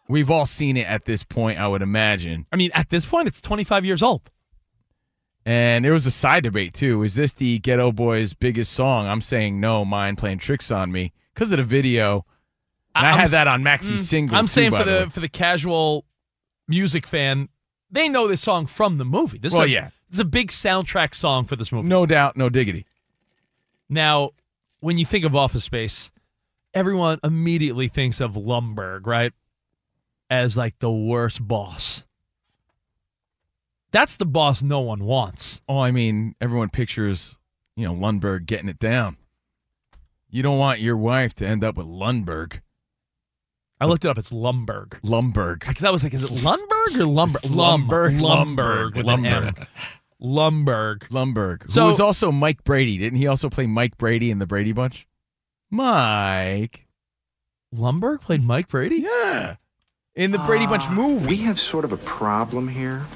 Speaker 2: We've all seen it at this point, I would imagine.
Speaker 3: I mean, at this point, it's 25 years old.
Speaker 2: And there was a side debate too. Is this the Ghetto Boys' biggest song? I'm saying no. Mine playing tricks on me because of the video. And I,
Speaker 3: I'm-
Speaker 2: had that on Maxi's
Speaker 3: Mm,
Speaker 2: single.
Speaker 3: I'm
Speaker 2: too,
Speaker 3: saying
Speaker 2: by
Speaker 3: for
Speaker 2: the
Speaker 3: the,
Speaker 2: way.
Speaker 3: for the casual music fan, they know this song from the movie. This
Speaker 2: Well,
Speaker 3: is a,
Speaker 2: yeah.
Speaker 3: it's a big soundtrack song for this movie.
Speaker 2: no doubt, no diggity.
Speaker 3: Now, when you think of Office Space, everyone immediately thinks of Lumberg, right? As like the worst boss. That's the boss no one wants.
Speaker 2: Oh, I mean, everyone pictures, you know, Lundberg getting it down. You don't want your wife to end up with Lundberg.
Speaker 3: I looked it up. It's Lumberg.
Speaker 2: Lumberg.
Speaker 3: Because I was like, is it Lumberg or Lumber?
Speaker 2: It's Lumberg. Lumberg.
Speaker 3: Lumberg. with an M.
Speaker 2: Lumberg.
Speaker 3: Lumberg.
Speaker 2: Lumberg.
Speaker 3: So-
Speaker 2: who was also Mike Brady. Didn't he also play Mike Brady in the Brady Bunch? Mike.
Speaker 3: Lumberg played Mike Brady?
Speaker 2: Yeah. In the Brady Bunch movie.
Speaker 15: Uh, We have sort of a problem here.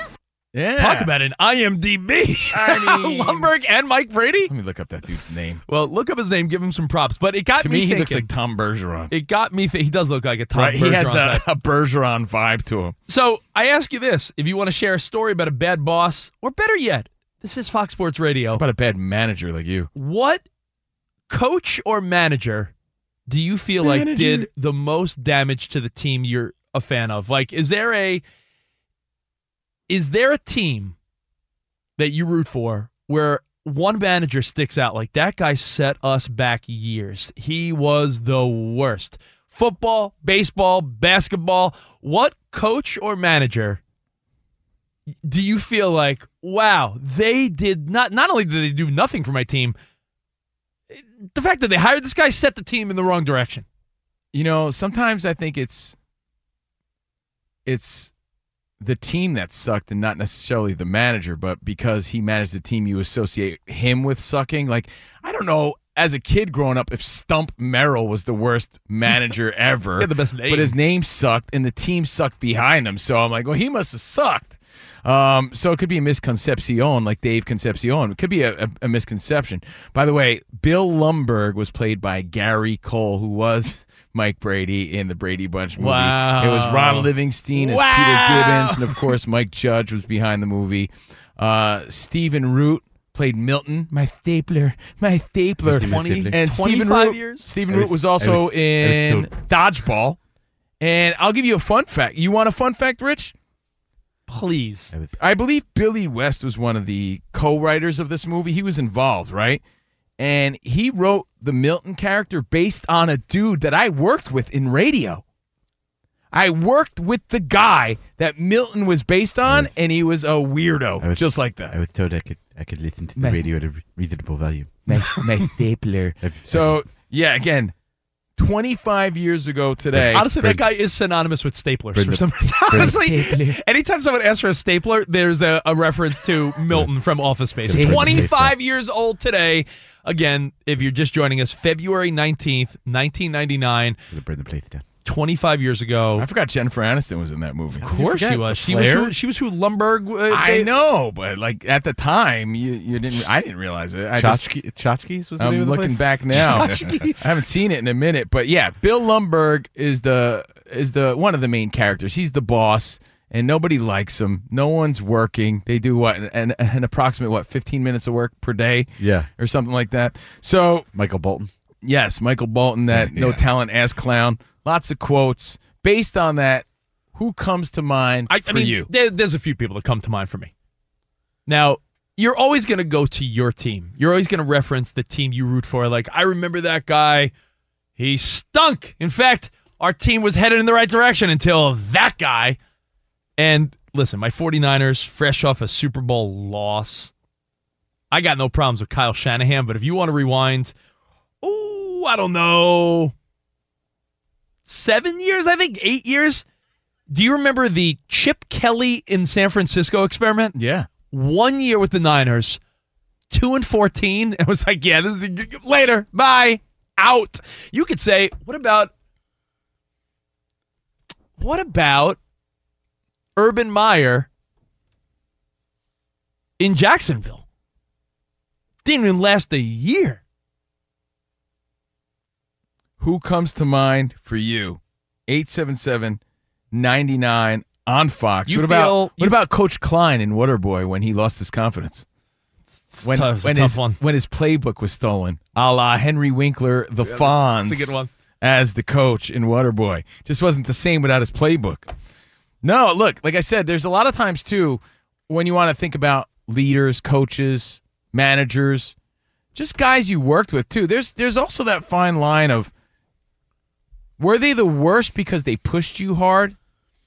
Speaker 2: Yeah.
Speaker 3: Talk about an IMDb. [LAUGHS]
Speaker 2: I mean-
Speaker 3: Lumberg and Mike Brady.
Speaker 2: Let me look up that dude's name.
Speaker 3: Well, look up his name, give him some props. But it got
Speaker 2: to
Speaker 3: me,
Speaker 2: me, he looks like
Speaker 3: thinking-
Speaker 2: Tom Bergeron.
Speaker 3: It got me. Th- he does look like a Tom
Speaker 2: right?
Speaker 3: Bergeron
Speaker 2: He has [LAUGHS]
Speaker 3: type.
Speaker 2: a, a Bergeron vibe to him.
Speaker 3: So I ask you this: if you want to share a story about a bad boss, or better yet, this is Fox Sports Radio.
Speaker 2: About a bad manager like you.
Speaker 3: What coach or manager do you feel like
Speaker 2: Manager.
Speaker 3: did the most damage to the team you're a fan of? Like, is there a is there a team that you root for where one manager sticks out? Like that guy set us back years. He was the worst. Football, baseball, basketball. What coach or manager do you feel like, wow, they did not not only did they do nothing for my team, the fact that they hired this guy set the team in the wrong direction.
Speaker 2: You know, sometimes I think it's it's the team that sucked and not necessarily the manager, but because he managed the team, you associate him with sucking. Like, I don't know, as a kid growing up, if Stump Merrill was the worst
Speaker 3: [LAUGHS]
Speaker 2: manager ever.
Speaker 3: He had the best name.
Speaker 2: But his name sucked and the team sucked behind him. So I'm like, well, he must have sucked. Um, so it could be a misconception, like Dave Concepcion. It could be a, a, a misconception. By the way, Bill Lumberg was played by Gary Cole, who was [LAUGHS] Mike Brady in the Brady Bunch movie.
Speaker 3: Wow.
Speaker 2: It was Ron Livingston as Peter
Speaker 3: Wow.
Speaker 2: Gibbons, and of course Mike Judge was behind the movie. Uh, Stephen Root played Milton. My stapler, my stapler.
Speaker 3: 20
Speaker 2: and
Speaker 3: 25
Speaker 2: Stephen Root,
Speaker 3: years?
Speaker 2: Stephen
Speaker 3: I
Speaker 2: Root
Speaker 3: was-
Speaker 2: was
Speaker 3: I
Speaker 2: also
Speaker 3: was- I was
Speaker 2: in
Speaker 3: told.
Speaker 2: Dodgeball. And I'll give you a fun fact. You want a fun fact, Rich?
Speaker 3: Please.
Speaker 2: I believe Billy West was one of the co-writers of this movie. He was involved, right? And he wrote the Milton character based on a dude that I worked with in radio. I worked with the guy that Milton was based on, and he was a weirdo, just like that.
Speaker 16: I was told I could I could listen to the
Speaker 2: Meh.
Speaker 16: radio at a re- reasonable volume.
Speaker 2: My, my stapler. So yeah, again, 25 years ago today.
Speaker 3: Honestly, that guy is synonymous with staplers
Speaker 2: Bring
Speaker 3: for
Speaker 2: the-
Speaker 3: some reason.
Speaker 2: bring the-
Speaker 3: [LAUGHS] Honestly, anytime someone asks for a stapler, there's a, a reference to Milton from Office Space.
Speaker 2: Stapler.
Speaker 3: 25 years old today. Again, if you're just joining us, February 19th, 1999.
Speaker 16: Burn the place down.
Speaker 3: 25 years ago. I
Speaker 2: forgot Jennifer Aniston was in that movie.
Speaker 3: Of course she was. She was, who, she was who Lumberg. Uh,
Speaker 2: I
Speaker 3: they-
Speaker 2: know, but like at the time, you, you didn't. I didn't realize it. I just-
Speaker 16: Tchotchke- Tchotchkes was the
Speaker 2: I'm
Speaker 16: name of the
Speaker 2: looking
Speaker 16: place? [LAUGHS]
Speaker 2: back now. I
Speaker 16: Tchotchkes.
Speaker 2: haven't seen it in a minute, but yeah, Bill Lumberg is the is the one of the main characters. He's the boss, and nobody likes them. No one's working. They do what an, an approximate what fifteen minutes of work per day,
Speaker 16: Yeah.
Speaker 2: or something like that. So
Speaker 16: Michael Bolton.
Speaker 2: Yes, Michael
Speaker 16: [LAUGHS]
Speaker 2: Bolton, that no talent ass clown. Lots of quotes based on that. Who comes to mind
Speaker 3: I,
Speaker 2: for
Speaker 3: I mean,
Speaker 2: you?
Speaker 3: there- there's a few people that come to mind for me. Now, you're always going to go to your team. You're always going to reference the team you root for. Like, I remember that guy. He stunk. In fact, our team was headed in the right direction until that guy. And listen, my 49ers, fresh off a Super Bowl loss. I got no problems with Kyle Shanahan, but if you want to rewind, oh, I don't know, seven years, I think, eight years. Do you remember the Chip Kelly in San Francisco experiment?
Speaker 2: Yeah.
Speaker 3: One year with the Niners, two and 14. [LAUGHS] It was like, yeah, this is later. Bye. Out. You could say, what about, what about Urban Meyer in Jacksonville? Didn't even last a year.
Speaker 2: Who comes to mind for you? 877 99 on Fox.
Speaker 3: You
Speaker 2: what about
Speaker 3: feel-
Speaker 2: what about Coach Klein in Waterboy when he lost his confidence? When,
Speaker 3: tough. It's a
Speaker 2: when
Speaker 3: tough
Speaker 2: his,
Speaker 3: one.
Speaker 2: when his playbook was stolen, a la Henry Winkler, the
Speaker 3: Yeah,
Speaker 2: Fonz,
Speaker 3: that's- that's a good one.
Speaker 2: as the coach in Waterboy. Just wasn't the same without his playbook. No, look, like I said, there's a lot of times too when you want to think about leaders, coaches, managers, just guys you worked with too. There's there's also that fine line of were they the worst because they pushed you hard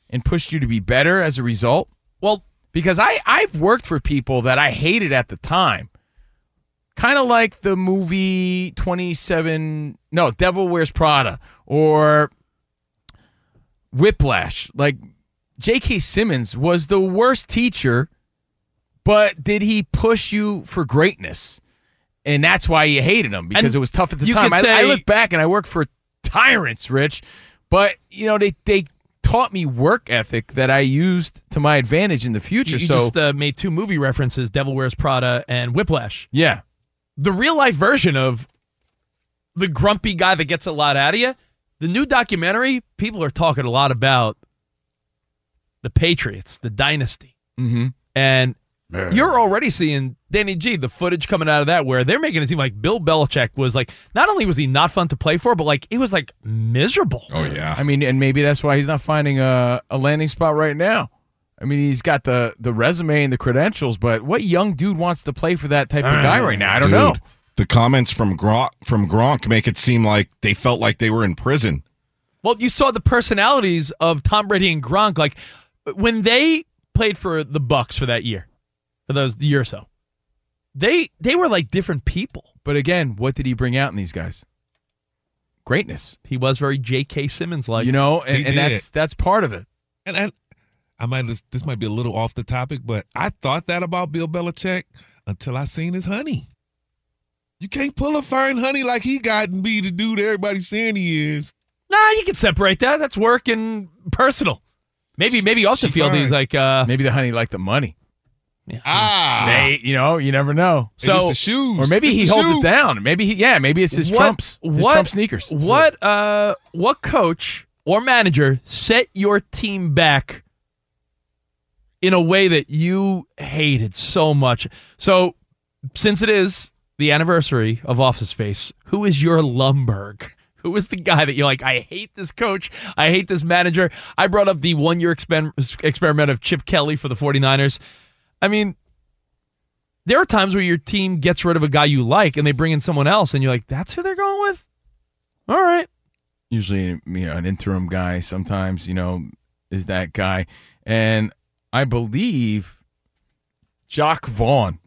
Speaker 2: and pushed you to be better as a result? Well, because I I've worked for people that I hated at the time. Kind of like the movie 27 no, Devil Wears Prada or Whiplash. Like J.K. Simmons was the worst teacher, but did he push you for greatness? And that's why you hated him because
Speaker 3: And
Speaker 2: it was tough at the
Speaker 3: you
Speaker 2: time.
Speaker 3: could
Speaker 2: I, I
Speaker 3: say-
Speaker 2: look back and I work for tyrants, Rich, but you know they they taught me work ethic that I used to my advantage in the future.
Speaker 3: You, you
Speaker 2: so
Speaker 3: just uh, made two movie references: Devil Wears Prada and Whiplash.
Speaker 2: yeah,
Speaker 3: The real life version of the grumpy guy that gets a lot out of you. The new documentary, people are talking a lot about the Patriots, the dynasty,
Speaker 2: mm-hmm.
Speaker 3: and you're already seeing Danny G. The footage coming out of that where they're making it seem like Bill Belichick was like not only was he not fun to play for, but like he was like miserable.
Speaker 2: Oh yeah. I mean, and maybe that's why he's not finding a, a landing spot right now. I mean, he's got the the resume and the credentials, but what young dude wants to play for that type of guy right now? I don't
Speaker 6: Ah, Dude,
Speaker 2: know.
Speaker 6: The comments from Gronk, from Gronk make it seem like they felt like they were in prison.
Speaker 3: Well, you saw the personalities of Tom Brady and Gronk. Like when they played for the Bucks for that year, for those the year or so, they they were like different people.
Speaker 2: But again, what did he bring out in these guys? Greatness.
Speaker 3: He was very J.K. Simmons like.
Speaker 2: You know, and,
Speaker 5: He
Speaker 2: and
Speaker 5: did.
Speaker 2: that's that's part of it.
Speaker 5: And, and I might this, this might be a little off the topic, but I thought that about Bill Belichick until I seen his honey. You can't pull a fine honey like he got and be the dude everybody's saying he is.
Speaker 3: Nah, you can separate that. That's work and personal. Maybe maybe off the
Speaker 5: she
Speaker 3: field
Speaker 5: fine.
Speaker 3: he's like uh
Speaker 2: Maybe the honey liked the money.
Speaker 5: Ah,
Speaker 2: They, you know, you never know.
Speaker 3: It's So- the
Speaker 5: shoes.
Speaker 2: or maybe
Speaker 3: It's
Speaker 2: he
Speaker 3: the
Speaker 2: holds
Speaker 3: shoe.
Speaker 2: it down. Maybe he, yeah, maybe it's his
Speaker 3: What-
Speaker 2: Trumps, his
Speaker 3: what-
Speaker 2: Trump sneakers.
Speaker 3: What uh what coach or manager set your team back in a way that you hated so much? So since it is the anniversary of Office Space, who is your Lumberg? Who is the guy that you're like, I hate this coach. I hate this manager. I brought up the one year experiment of Chip Kelly for the 49ers. I mean, there are times where your team gets rid of a guy you like and they bring in someone else and you're like, that's who they're going with? All right.
Speaker 2: usually you know an interim guy sometimes you know is that guy and i believe jock vaughn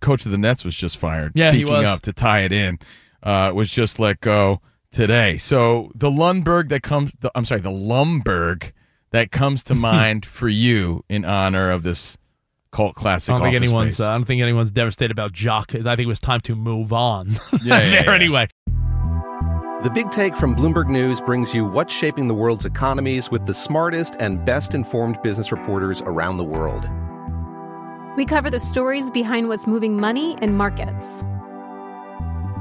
Speaker 2: coach of the nets was just fired
Speaker 3: Yeah, he
Speaker 2: speaking
Speaker 3: was.
Speaker 2: of to tie it in uh, was just let go today so the lundberg that comes the, i'm sorry the lumberg that comes
Speaker 3: [LAUGHS]
Speaker 2: to mind for you in honor of this cult classic
Speaker 3: I don't think
Speaker 2: Office
Speaker 3: anyone's.
Speaker 2: Space.
Speaker 3: Uh, I don't think anyone's devastated about Jock. I think it was time to move on. [LAUGHS]
Speaker 2: Yeah, yeah,
Speaker 3: there
Speaker 2: yeah.
Speaker 3: anyway.
Speaker 17: The Big Take from Bloomberg News brings you what's shaping the world's economies with the smartest and best informed business reporters around the world.
Speaker 8: We cover the stories behind what's moving money and markets